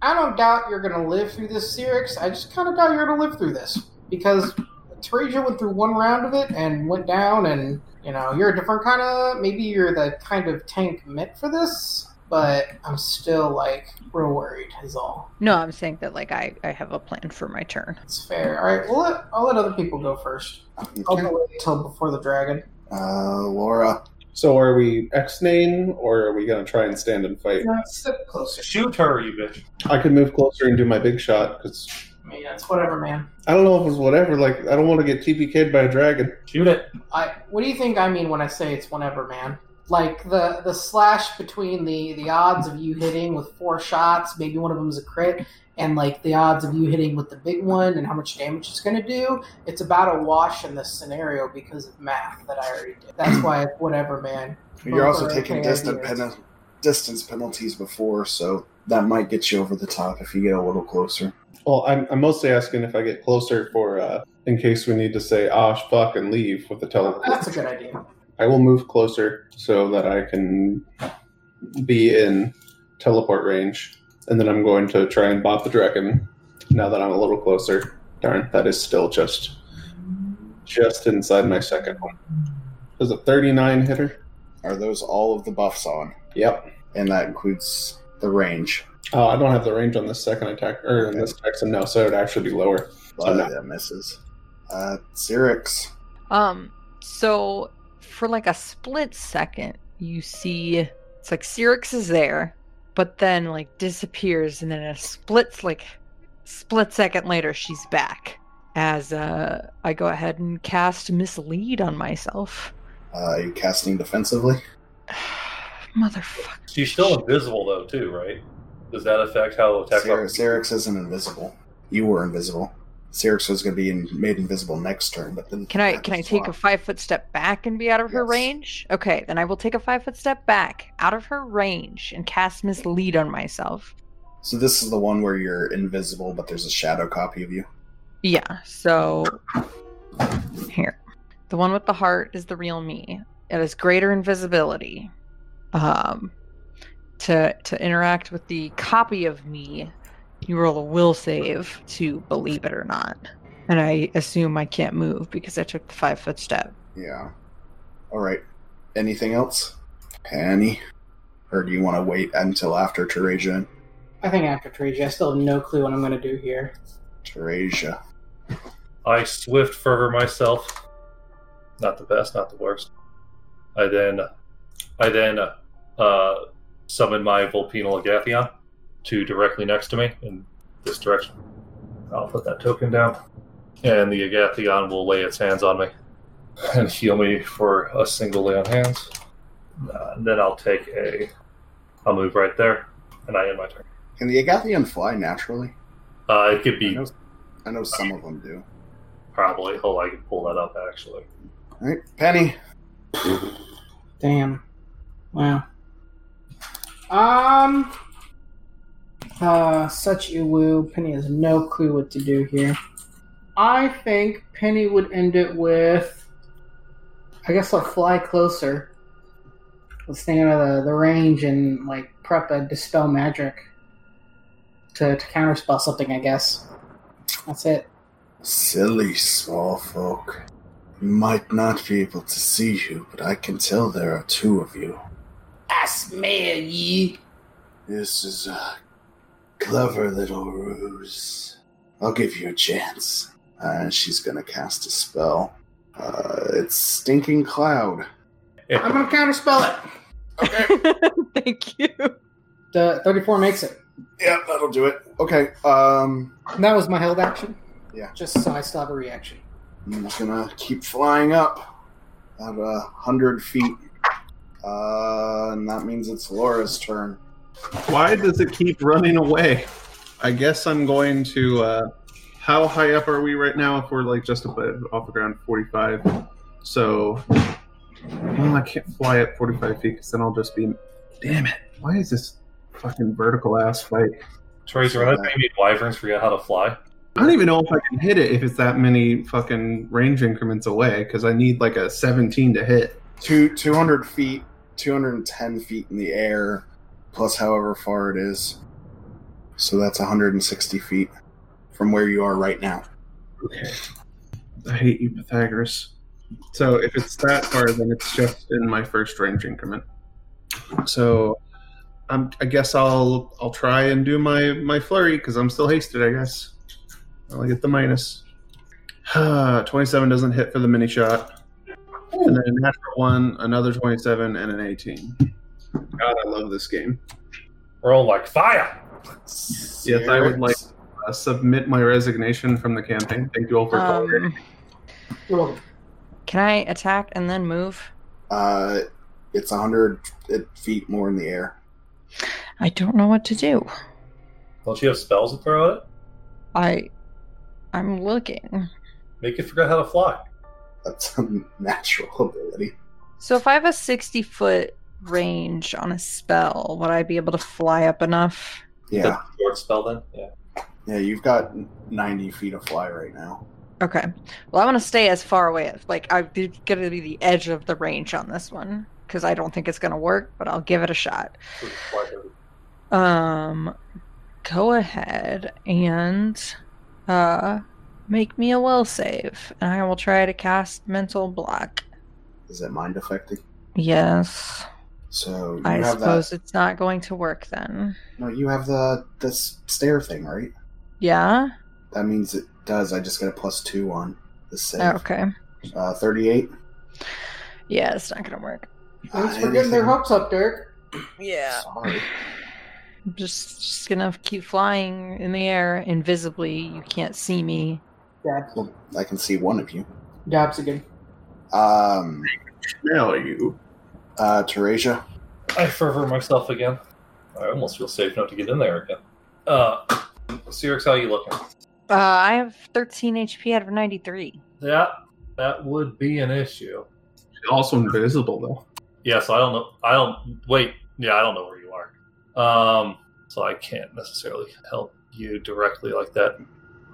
H: I don't doubt you're gonna live through this, Cyrix. I just kind of doubt you're gonna live through this because Teresia went through one round of it and went down, and you know you're a different kind of. Maybe you're the kind of tank meant for this, but I'm still like real worried. Is all.
D: No, I'm saying that like I I have a plan for my turn.
H: It's fair. All right, we'll let I'll let other people go first. I'll wait till before the dragon.
B: Uh, Laura,
E: so, are we X-naying, or are we going to try and stand and fight?
H: No, sit closer.
F: shoot her, you bitch.
E: I could move closer and do my big shot because
H: I mean, it's whatever, man.
E: I don't know if it was whatever. Like, I don't want to get TPK'd by a dragon.
F: Shoot it.
H: I what do you think I mean when I say it's whenever, man? Like the the slash between the the odds of you hitting with four shots, maybe one of them's a crit, and like the odds of you hitting with the big one and how much damage it's going to do. It's about a wash in this scenario because of math that I already did. That's why it's whatever, man.
B: You're also
H: Over
B: taking
H: AARP
B: distant
H: years.
B: pen- distance penalties before, so that might get you over the top if you get a little closer.
E: Well, I'm, I'm mostly asking if I get closer for uh, in case we need to say "ah fuck" and leave with the teleport.
H: That's a good idea.
E: I will move closer so that I can be in teleport range, and then I'm going to try and bop the dragon. Now that I'm a little closer, darn, that is still just just inside my second one. Does a 39 hitter?
B: Are those all of the buffs on?
E: Yep.
B: And that includes the range.
E: Oh, I don't have the range on this second attack or on this attack, so no, so it would actually be lower.
B: But
E: no.
B: that misses. Uh, Xerix.
D: Um, so for like a split second, you see it's like Cyrix is there, but then like disappears, and then it splits like split second later, she's back. As uh, I go ahead and cast mislead on myself,
B: Uh, are you casting defensively?
D: motherfucker.
F: She's still invisible though, too, right? Does that affect how attack?
B: Xer- Xerix isn't invisible. You were invisible. Xerix was going to be in, made invisible next turn, but then
D: Can I can I take a five foot step back and be out of her
B: Yes.
D: range? Okay, then I will take a five foot step back out of her range and cast mislead on myself.
B: So this is the one where you're invisible, but there's a shadow copy of you.
D: Yeah, so here. The one with the heart is the real me. It has greater invisibility. Um to to interact with the copy of me, you roll a will save to believe it or not. And I assume I can't move because I took the five foot step.
B: Yeah. All right. Anything else, Penny? Or do you want to wait until after Teresia?
H: I think after Treja, I still have no clue what I'm going to do here.
B: Teresia.
F: I swift fervor myself. Not the best, not the worst. I then, I then, uh, summon my Vulpinal Agathion to directly next to me in this direction. I'll put that token down, and the Agathion will lay its hands on me and heal me for a single lay on hands. Uh, and then I'll take a, I'll move right there, and I end my turn.
B: Can the Agathian fly naturally?
F: Uh, it could
B: I
F: be
B: know, I know some of them do.
F: probably. Oh, I can pull that up actually.
B: All right, Penny.
H: Damn. Wow. Um. Uh, such a woo. Penny has no clue what to do here. I think Penny would end it with. I guess I'll fly closer. Let's stay out of the, the range and like prep a dispel magic to, to counterspell something. I guess that's it.
B: Silly small folk. You might not be able to see you, but I can tell there are two of you.
G: I smell ye.
B: This is a clever little ruse. I'll give you a chance. Uh, she's gonna cast a spell. Uh, it's Stinking Cloud.
H: I'm gonna counterspell it.
D: Thank you.
H: The 34 makes it.
B: Yeah, that'll do it. Okay, um,
H: And that was my held action.
B: Yeah.
H: Just so I still have a reaction.
B: I'm just gonna keep flying up at a hundred feet. Uh, and that means it's Laura's turn.
E: Why does it keep running away? I guess I'm going to. Uh, how high up are we right now? If we're like just above off the ground, 45. So, well, I can't fly up 45 feet because then I'll just be. Damn it! Why is this fucking vertical ass fight?
F: Teresa, when I think you need wyverns forget how to fly.
E: I don't even know if I can hit it if it's that many fucking range increments away because I need like a 17 to hit.
B: Two two hundred feet, two hundred and ten feet in the air, plus however far it is. So that's 160 feet from where you are right now.
E: Okay. I hate you, Pythagoras. So if it's that far, then it's just in my first range increment. So I'm, I guess I'll I'll try and do my my flurry because I'm still hasted. I guess I'll get the minus. twenty-seven doesn't hit for the mini shot, and then a natural one, another twenty-seven, and an eighteen. God, I love this game.
F: Roll like fire.
E: Yes, I would like- Uh, submit my resignation from the campaign. Thank you all for cooperating.
D: Um,
H: You're welcome.
D: can I attack and then move?
B: Uh, it's 100 feet more in the air.
D: I don't know what to do.
F: Don't you have spells to throw at it?
D: I, I'm looking.
F: Make it forget how to fly.
B: That's a natural ability.
D: So if I have a sixty foot range on a spell, would I be able to fly up enough?
B: Yeah,
F: That's a short spell then. Yeah.
B: yeah, you've got 90 feet of fly right now.
D: Okay. Well, I want to stay as far away as like I'm going to be the edge of the range on this one because I don't think it's going to work, but I'll give it a shot.
F: We can fly through.
D: Um, go ahead and uh make me a will save, and I will try to cast mental block.
B: Is that mind affecting?
D: Yes,
B: So you
D: I
B: have
D: suppose it's not going to work then.
B: that. No, you have the the s- stair thing, right?
D: Yeah.
B: That means it does. I just got a plus two on the save.
D: Oh, Okay.
B: Uh, 38.
D: Yeah, it's not going to work.
H: Thanks for getting their
B: Anything-
H: hopes up, Derek.
D: Yeah.
B: Sorry.
D: I'm just just gonna keep flying in the air invisibly. You can't see me.
H: Dabs.
B: Well, I can see one of you.
H: Dabs again.
B: Um,
E: Now you.
B: uh, Teresia.
F: I fervor myself again. I almost feel safe enough to get in there again. Uh, Sirix, how you looking?
D: Uh, I have 13 HP out of 93.
F: That that would be an issue.
E: Also invisible though.
F: Yeah, so I don't know. I don't wait. Yeah, I don't know where you are. Um, so I can't necessarily help you directly like that.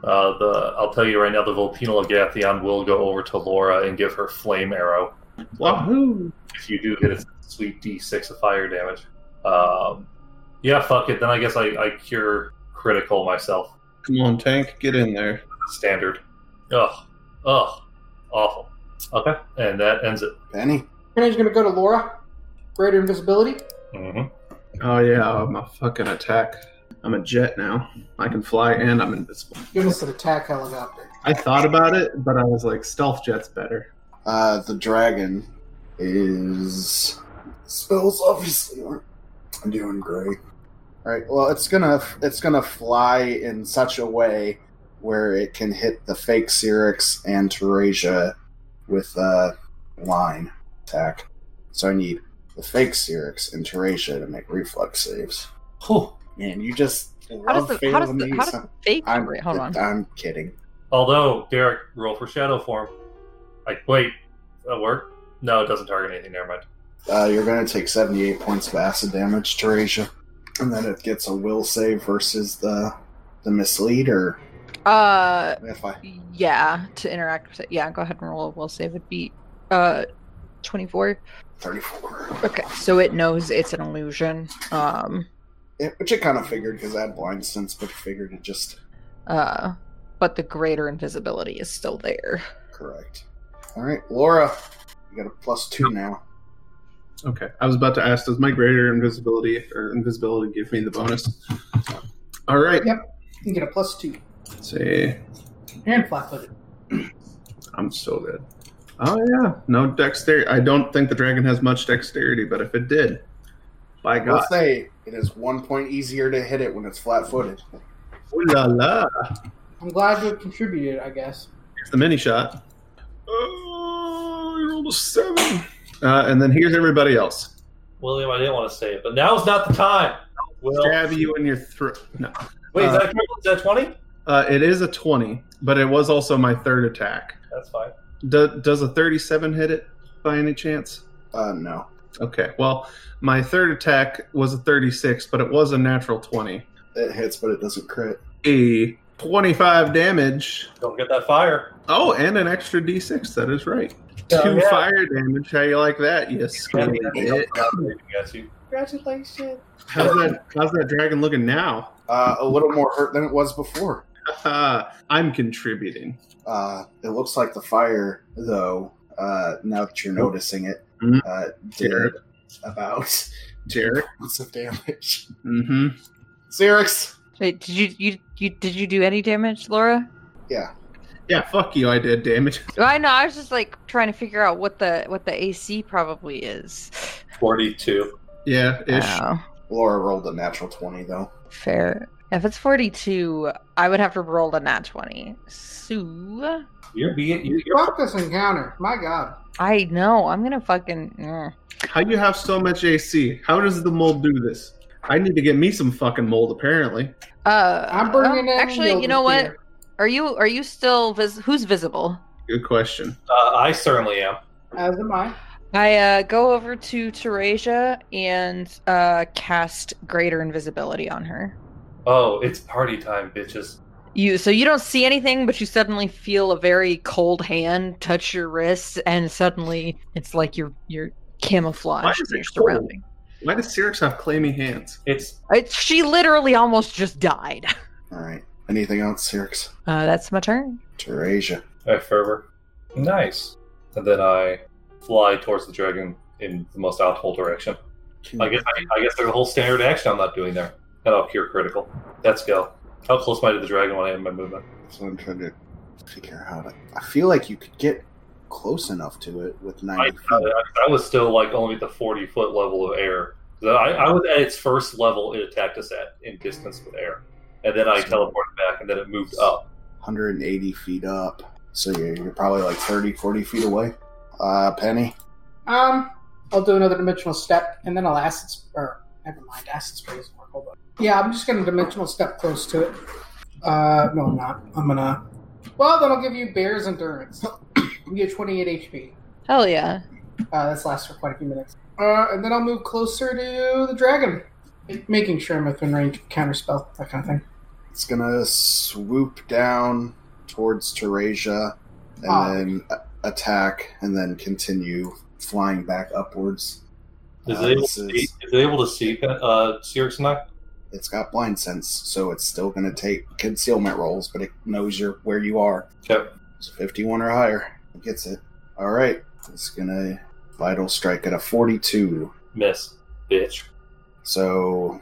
F: Uh, the I'll tell you right now, the Vulpinal Agathion will go over to Laura and give her flame arrow.
E: Wahoo!
F: If you do hit a sweet D6 of fire damage, um, yeah, fuck it. Then I guess I, I cure critical myself.
E: Come on, tank, get in there.
F: Standard. Ugh, ugh, awful. Okay, and that ends it.
B: Penny.
H: Penny's gonna go to Laura. Greater invisibility.
F: hmm
E: Oh yeah, I'm a fucking attack. I'm a jet now. I can fly and I'm invisible.
H: Give us an attack helicopter.
E: I thought about it, but I was like, stealth jet's better.
B: Uh, the dragon is. Spells obviously aren't doing great. All right. Well, it's gonna it's gonna fly in such a way where it can hit the fake Cyrix and Teresia with a line attack. So I need the fake Cyrix and Teresia to make reflex saves.
G: Whew.
B: Man, you just
D: How does
B: love
D: the
B: failing
D: how does the,
B: me.
D: how does
B: so-
D: the fake
B: I'm,
D: hold on?
B: I'm kidding.
F: Although Derek, roll for shadow form. I wait. That work? No, it doesn't target anything. Never mind.
B: Uh, you're going to take 78 points of acid damage, Teresia. And then it gets a will save versus the the mislead, or
D: Uh,
B: if I
D: yeah, to interact with it. Yeah, go ahead and roll. We'll save it beat. Uh, twenty four.
B: 34,
D: Okay, so it knows it's an illusion. Um,
B: it, which I kind of figured because I had blind sense, but I figured it just
D: uh, but the greater invisibility is still there.
B: correct. All right, Laura, you got a plus two now.
E: Okay, I was about to ask, does my greater invisibility or invisibility give me the bonus? All right,
H: You can get a plus two.
E: see,
H: And flat footed.
E: I'm still good. Oh yeah, no dexterity. I don't think the dragon has much dexterity, but if it did, by
B: I will
E: God,
B: say it is one point easier to hit it when it's flat footed.
E: ooh la la,
H: I'm glad you contributed, I guess.
E: here's the mini shot. Oh, I rolled a seven. Uh, and then here's everybody else.
F: William, I didn't want to say it, but now's not the time. Will,
E: Stab you in your throat. No,
F: wait, is
E: uh,
F: that critical? Is that twenty?
E: uh, it is a twenty, but it was also my third attack.
F: That's fine.
E: Do, does a 37 hit it by any chance?
B: Uh, no.
E: Okay, well, my third attack was a 36, but it was a natural 20.
B: It hits, but it doesn't crit.
E: A 25 damage.
F: Don't get that fire.
E: Oh, and an extra d6. That is right.
F: Yeah,
E: Two
F: yeah.
E: fire damage. How you like that? You skinny bitch.
F: Got you.
H: Congratulations.
E: How's that? How's that dragon looking now?
B: Uh, a little more hurt than it was before.
E: Haha, Uh, I'm contributing.
B: Uh, it looks like the fire, though. Uh, now that you're noticing it,
E: Mhm.
B: uh, did
E: Oh. Derek,
B: about
E: Derek.
B: points of damage.
E: Mm-hmm.
B: Xerix,
D: Wait, did you you, you did you do any damage, Laura?
E: Yeah, fuck you. I did damage.
D: Well, I know. I was just like trying to figure out what the what the AC probably is.
F: Forty-two.
E: Yeah, ish.
D: Oh,
B: Laura rolled a natural twenty though.
D: fair. If it's forty-two, I would have to roll a nat twenty. So
F: You're being. you- You're
H: Fuck this encounter. My god.
D: I know I'm gonna fucking. mm.
E: How you have so much AC? How does the mold do this? I need to get me some fucking mold. Apparently,
D: Uh,
H: I'm bringing
D: um,
H: in
D: Actually, you
H: Yoda's
D: know what?
H: beer.
D: Are you are you still vis- who's visible?
E: good question.
F: Uh, I certainly am.
H: As am I.
D: I uh, go over to Teresia and uh, cast greater invisibility on her.
F: Oh, it's party time, bitches.
D: You so you don't see anything, but you suddenly feel a very cold hand touch your wrist, and suddenly it's like you're you're
E: Why
D: camouflaged
E: is
D: in your
E: it cold?
D: surrounding.
E: Why does Cyrix have clammy hands?
F: It's
D: It, she literally almost just died.
B: All right. Anything else, Xerix?
D: Uh, that's my turn.
B: Terasia.
F: I have fervor. Nice. And then I fly towards the dragon in the most optimal direction. I guess I, I guess there's a whole standard action I'm not doing there. And I'll cure critical. Let's go. How close am I to the dragon when I end my movement?
B: So I'm trying to figure out. It. I feel like you could get close enough to it with
F: I,
B: ninety
F: I,
B: feet.
F: I was still like only at the 40 foot level of air. So I, I was at its first level it attacked us at in distance with air. And then I teleported back and then it moved up.
B: Hundred and eighty feet up. So you're, you're probably like 30, 40 feet away. Uh, Penny.
H: Um, I'll do another dimensional step, and then I'll acid sp- or never mind, acid spray doesn't work. Hold on. Yeah, I'm just gonna dimensional step close to it. Uh, no, I'm not. I'm gonna. Well, then I'll give you bear's endurance. you get 28 HP.
D: Hell yeah!
H: Uh, this lasts for quite a few minutes. Uh, and then I'll move closer to the dragon, making sure I'm within range of counterspell, that kind of thing.
B: It's gonna swoop down towards Terasia, and
H: Ah.
B: then a- attack, and then continue flying back upwards.
F: Is,
B: Uh,
F: it, able to
B: this
F: see,
B: is-
F: is it able to see uh, Sirix and I?
B: It's got blind sense, so it's still going to take concealment rolls, but it knows you're where you are.
F: Yep.
B: So 51 or higher it gets it. All right. It's gonna vital strike at a 42.
F: Miss, bitch.
B: So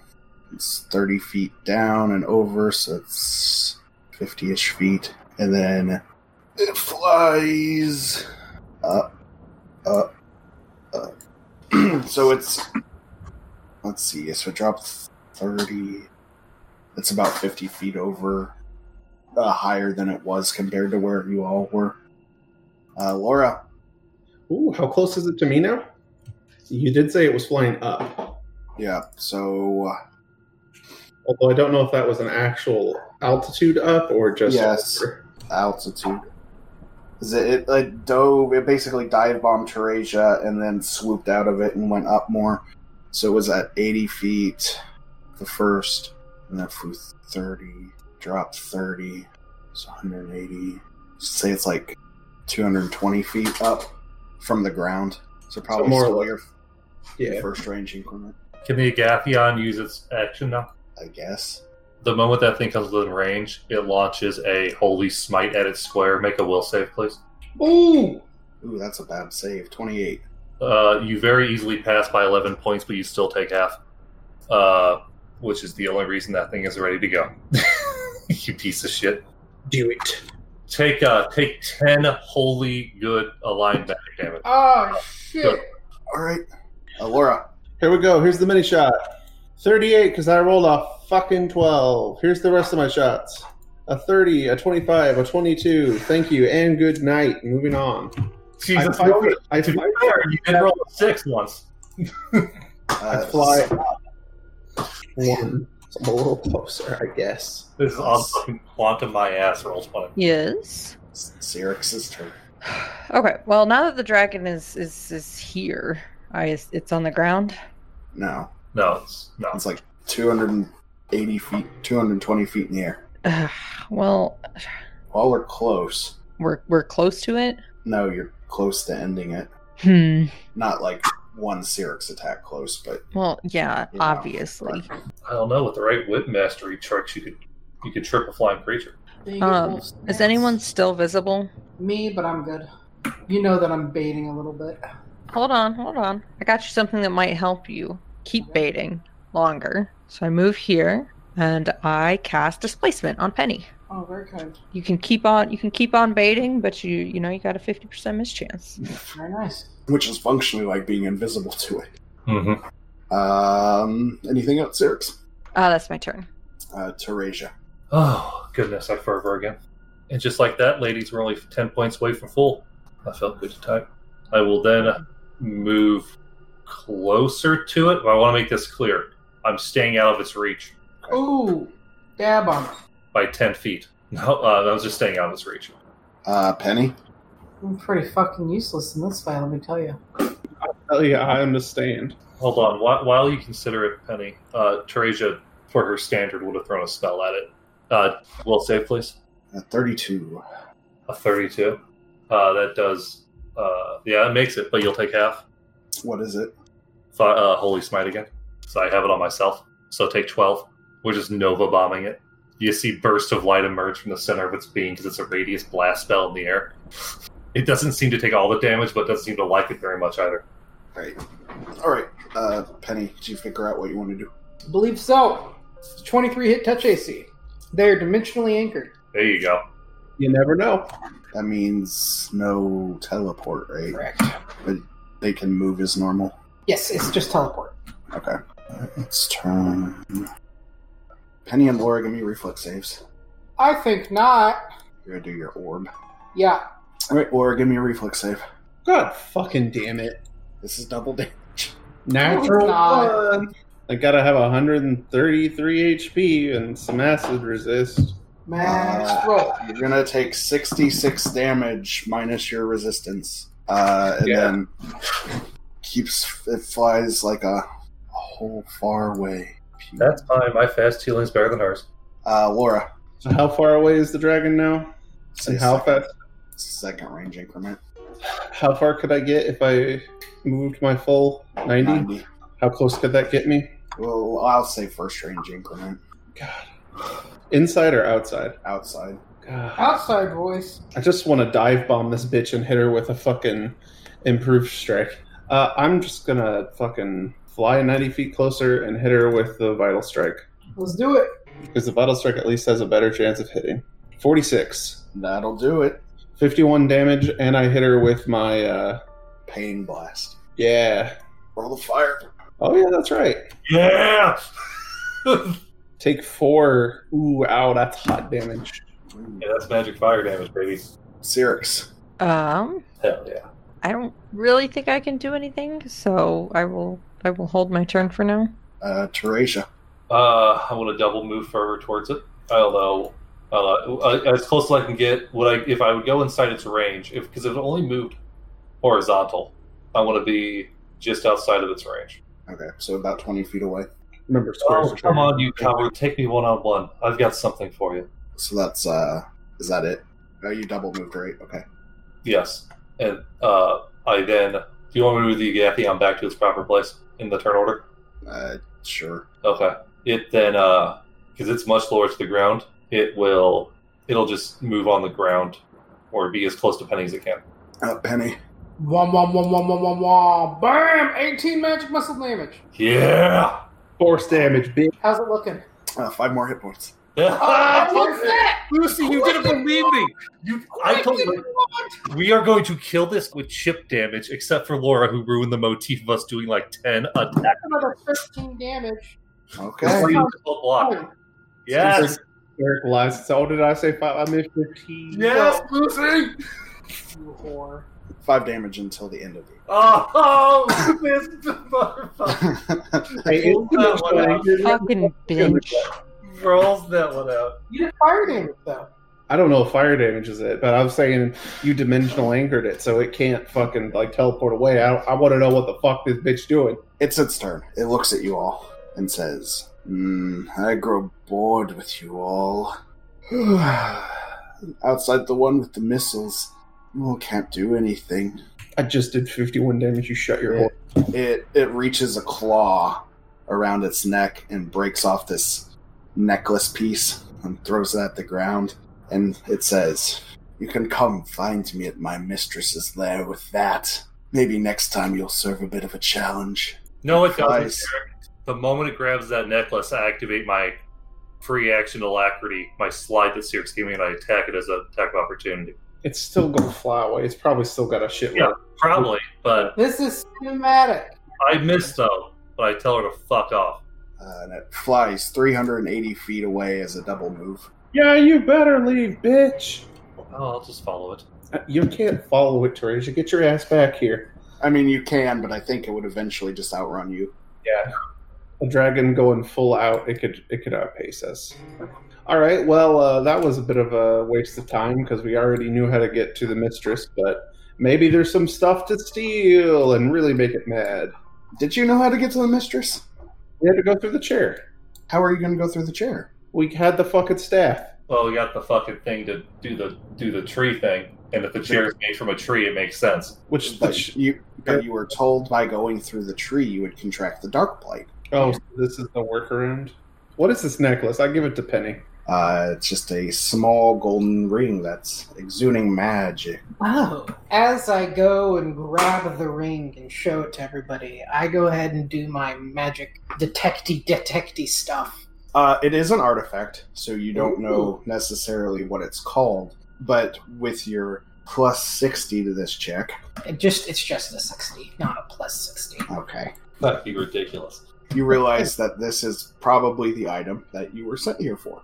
B: it's 30 feet down and over, so it's 50 ish feet. And then it flies up, up, up. so it's, let's see, so it dropped 30. It's about 50 feet over, uh, higher than it was compared to where you all were. Uh, Laura,
E: Ooh, how close is it to me now? You did say it was flying up,
B: yeah, so
E: although I don't know if that was an actual altitude up or just
B: Yes.
E: over.
B: altitude. Is it, it like dove? It basically dive bombed Teresia and then swooped out of it and went up more. So it was at 80 feet the first, and then flew 30, dropped 30, so 180. Say it's like 220 feet up from the ground. So probably
E: more
B: still
E: like-
B: your
E: Yeah.
B: first range increment,
F: Can the Agathion use its action now?
B: I guess.
F: The moment that thing comes within range, it launches a holy smite at its square. Make a will save, please.
E: Ooh,
B: Ooh, that's a bad save. 28.
F: Uh, you very easily pass by 11 points, but you still take half, uh, which is the only reason that thing is ready to go. you piece of shit.
E: do it.
F: Take uh, take 10 holy good aligned magic damage.
H: Oh shit!
B: All right. Uh, Laura,
E: Here we go. Here's the mini shot. 38, because I rolled a fucking 12. Here's the rest of my shots. A 30, a 25, a 22. Thank you, and good night. Moving on. I
F: Jesus,
E: fly,
F: no,
E: I
F: to be
E: fly,
F: fair, you did roll a 6 once.
E: I
B: uh,
E: fly up. One. So I'm a little closer, I guess.
F: This is on fucking quantum my ass roll 20.
D: Yes.
B: Syrinx's turn.
D: Okay. Well, now that the dragon is is is here, I it's on the ground.
B: No.
F: No, it's, no.
B: It's like 280 feet, 220 feet in the air.
D: Ugh, well,
B: While we're close,
D: we're we're close to it.
B: no, you're close to ending it.
D: Hmm.
B: Not like one Syrinx attack close, but
D: Well, yeah,
B: Yeah.
D: obviously.
F: I don't know. With the right whip mastery tricks, you could you could trip a flying creature.
H: Big
D: Um,
H: wolf's
D: is
H: nest.
D: anyone still visible?
H: me? But I'm good. You know that I'm baiting a little bit.
D: Hold on, hold on. I got you something that might help you keep baiting longer. So I move here and I cast displacement on Penny.
H: Oh, very kind.
D: You can keep on you can keep on baiting, but you you know you got a fifty percent mischance.
H: Very nice.
B: which is functionally like being invisible to it.
F: Mm-hmm.
B: Um, anything else, Syrinx?
D: Ah, that's my turn.
B: Uh, Teresia.
F: Oh goodness, I fervor again. And just like that, ladies, we're only ten points away from full. I felt good to time. I will then move closer to it, but I want to make this clear. I'm staying out of its reach
H: Ooh, dab on. it.
F: by ten feet. No, uh, I was just staying out of its reach.
B: Uh, Penny.
H: I'm pretty fucking useless in this fight. Let me tell you.
E: Oh, yeah, I understand.
F: Hold on. While, while you consider it, Penny, uh, Teresia, for her standard, would have thrown a spell at it. Uh, will save, please.
B: Uh, 32.
F: A 32. Uh, that does. Uh, yeah, that makes it, but you'll take half.
B: What is it?
F: Th- uh, Holy Smite again. So I have it on myself. So take 12. We're just Nova bombing it. You see bursts of light emerge from the center of its being because it's a radius blast spell in the air. It doesn't seem to take all the damage, but doesn't seem to like it very much either.
B: Right. All right. Uh, Penny, did you figure out what you want to do?
H: Believe so. It's 23 hit touch AC. They're dimensionally anchored.
F: There you go.
E: You never know.
B: That means no teleport, right?
H: Correct.
B: They can move as normal.
H: Yes, it's just teleport.
B: Okay. It's turn. Penny and Laura, give me reflex saves.
H: I think not.
B: You're gonna do your orb.
H: Yeah.
B: Alright, Laura, give me a reflex save.
E: God fucking damn it.
B: This is double damage.
E: Natural
H: God.
E: one. I gotta have 133 HP and some acid resist.
H: Max
F: Ah.
B: Uh,
H: roll.
B: You're gonna take 66 damage minus your resistance. Uh, and
E: Yeah.
B: then keeps. It flies like a, a whole far way.
F: That's fine. My fast healing is better than ours.
B: Uh, Laura.
E: So how far away is the dragon now?
B: say
E: And how
B: second,
E: fast?
B: second range increment.
E: How far could I get if I moved my full 90?
B: 90.
E: How close could that get me?
B: Well, I'll say first range increment.
E: Inside or outside?
B: Outside.
H: Outside voice.
E: I just want to dive bomb this bitch and hit her with a fucking improved strike. Uh, I'm just gonna fucking fly 90 feet closer and hit her with the vital strike
H: Let's do it.
E: because the vital strike at least has a better chance of hitting. 46,
B: That'll do it.
E: 51 damage, and I hit her with my uh,
B: Pain blast.
E: yeah.
B: Roll the fire.
E: Oh yeah, that's right.
F: Yeah.
E: Take four. Ooh, ow, that's hot damage.
F: Yeah, that's magic fire damage, baby.
B: Cyrix.
D: Um,
F: Hell yeah.
D: I don't really think I can do anything, so I will I will hold my turn for now.
B: Uh, Teresia.
F: Uh, I want to double move further towards it. I'll know. I'll, Uh, as close as I can get. Would I if I would go inside its range? If because it only moved horizontal, I want to be just outside of its range.
B: Okay, so about 20 feet away.
E: Remember, squares are
F: Oh, come
E: triangle.
F: on, you coward! Take me one on one. I've got something for you.
B: So that's, uh, is that it? Oh, you double moved, right? Okay.
F: Yes, and uh, I then. Do you want me to move the Gathion back to its proper place in the turn order?
B: Uh, sure.
F: Okay. It then, uh, because it's much lower to the ground, it will, it'll just move on the ground or be as close to Penny as it can.
B: Uh, Penny.
H: Wom wom wom wom wom wom wom. Bam! 18 magic missile damage.
F: Yeah!
E: Force damage, bitch.
H: How's it looking? Oh,
B: Uh, five more hit points.
F: Ah,
H: What's that?
F: Lucy, you didn't believe me! You, I told you, we are going to kill this with chip damage, except for Laura, who ruined the motif of us doing like 10 attack.
H: Another 13 damage.
B: Okay.
F: Three full block.
H: Oh,
F: Yes!
E: Eric lies. So, what did I say? Five. I missed fifteen.
F: Yes, Lucy!
H: You whore.
B: Five damage until the end of the.
F: Oh, oh this motherfucker
E: Hey, it's too much
F: Well,
E: fun.
D: Fucking bitch.
F: rolls that one out.
H: You did fire damage though.
E: I don't know if fire damage is it, but I was saying you dimensional anchored it, so it can't fucking like teleport away. I, I want to know what the fuck this bitch doing.
B: It's its turn. It looks at you all and says, Hmm, I grow bored with you all. Outside the one with the missiles, you all can't do anything.
E: I just did fifty-one damage. You shut your
B: Yeah.
E: hole.
B: It it reaches a claw around its neck and breaks off this necklace piece and throws it at the ground. And it says, "You can come find me at my mistress's lair with that. Maybe next time you'll serve a bit of a challenge."
F: No, it doesn't.
B: Nice.
F: Eric. The moment it grabs that necklace, I activate my free action alacrity, my slide that Sirix gave me, and I attack it as an attack of opportunity.
E: It's still gonna fly away. It's probably still got a shit.
F: Yeah. Probably, but
H: This is cinematic.
F: I miss though. But I tell her to fuck off.
B: Uh, and it flies 380 feet away as a double move.
E: Yeah, you better leave, bitch.
F: Oh, I'll just follow it.
E: Uh, You can't follow it, Teresa. Get your ass back here.
B: I mean, you can, but I think it would eventually just outrun you.
E: A dragon going full out, it could it could outpace us. All right. Well, uh, that was a bit of a waste of time because we already knew how to get to the mistress, but maybe there's some stuff to steal and really make it mad.
B: Did you know how to get to the mistress?
E: We had to go through the chair.
B: How are you going to go through the chair?
E: We had the fucking staff.
F: Well, we got the fucking thing to do the do the tree thing, and if the chair is made from a tree, it makes sense.
E: Which the
B: But
E: ch-
B: you, but you were told by going through the tree you would contract the dark blight.
E: oh, so this is the workaround. What is this necklace? I give it to Penny.
B: Uh, it's just a small golden ring that's exuding magic.
H: Oh. As I go and grab the ring and show it to everybody, I go ahead and do my magic detecty detecty stuff.
B: Uh, it is an artifact, so you don't know necessarily what it's called. But with your plus 60 to this check,
H: It just it's just a sixty, not a plus sixty.
B: okay.
F: That'd be ridiculous.
B: you realize that this is probably the item that you were sent here for.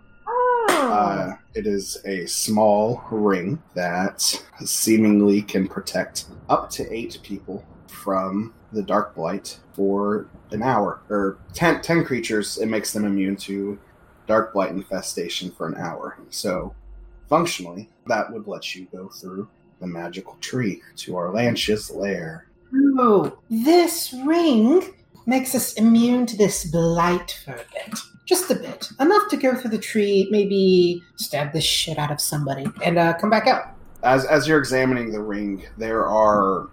B: Uh, it is a small ring that seemingly can protect up to eight people from the dark blight for an hour, or ten, 10 creatures. It makes them immune to dark blight infestation for an hour. So, functionally, that would let you go through the magical tree to Arlantia's lair.
H: Oh, this ring makes us immune to this blight for a bit. Just a bit. Enough to go through the tree, maybe stab the shit out of somebody, and uh, come back out.
B: as as you're examining the ring, there are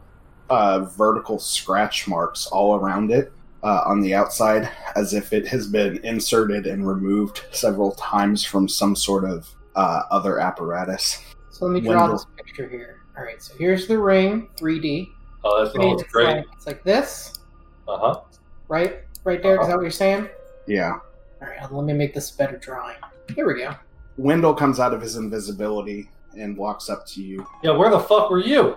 B: uh, vertical scratch marks all around it uh, on the outside, as if it has been inserted and removed several times from some sort of uh, other apparatus.
H: So let me draw
B: Wendell.
H: this picture here. All right, so here's the ring, 3D.
F: Uh, that sounds
H: it's
F: great.
H: Like, it's like this,
F: Uh huh.
H: right? Right there. Is that what you're saying?
B: Yeah.
H: All right, let me make this a better drawing. Here we go.
B: Wendell comes out of his invisibility and walks up to you.
F: Yeah, where the fuck were you?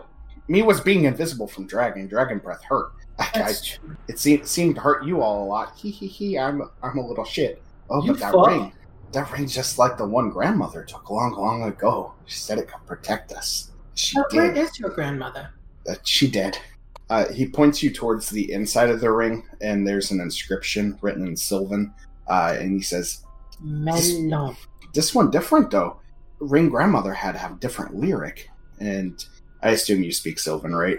B: Me was being invisible from Dragon. Dragon breath hurt. I- I-
H: That's true.
B: it seemed, seemed to hurt you all a lot. Hee hee hee. I'm I'm a little shit. Oh,
F: You
B: but that
F: fuck.
B: ring, that ring's just like the one grandmother took long, long ago. She said it could protect us. She
H: Now,
B: did.
H: where is your grandmother?
B: Uh, she did. Uh, he points you towards the inside of the ring, and there's an inscription written in Sylvan. Uh, and he says,
H: Melon.
B: "This one different though. Ring grandmother had to have different lyric." And I assume you speak Sylvan, right?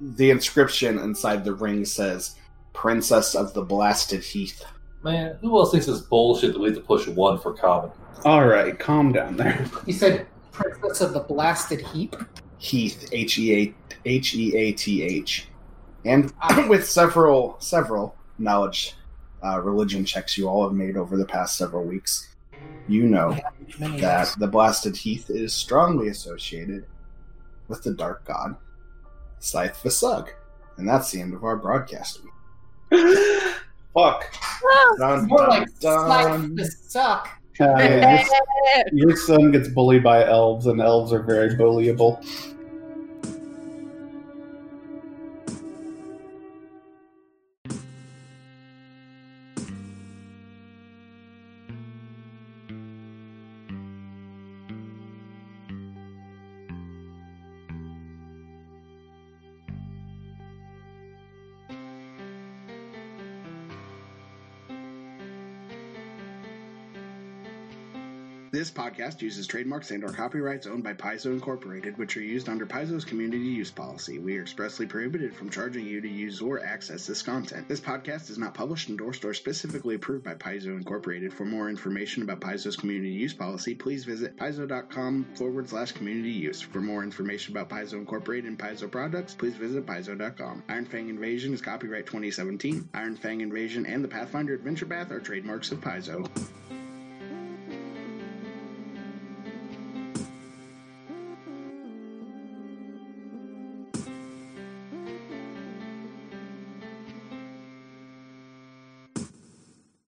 B: The inscription inside the ring says, "Princess of the Blasted Heath."
F: Man, who else thinks this bullshit that we have to push one for common?
E: All right, calm down there.
H: You said princess of the blasted heap.
B: Heath, H E A H E A T H, and with several several knowledge uh, religion checks you all have made over the past several weeks, you know
H: Many
B: that the blasted heath is strongly associated with the dark god Scythe Vasug, and that's the end of our broadcast.
E: Fuck.
D: Ah,
B: Dun,
H: More like
B: dun,
H: slice
B: dun.
H: the suck.
E: Uh, your, your son gets bullied by elves, and elves are very bullyable.
B: This podcast uses trademarks and/or copyrights owned by Paizo Incorporated, which are used under Paizo's community use policy. We are expressly prohibited from charging you to use or access this content. This podcast is not published, endorsed, or specifically approved by Paizo Incorporated. For more information about Paizo's community use policy, please visit paizo.com forward slash community use. For more information about Paizo Incorporated and Paizo products, please visit paizo.com. Iron Fang Invasion is copyright 2017. Iron Fang Invasion and the Pathfinder Adventure Path are trademarks of Paizo.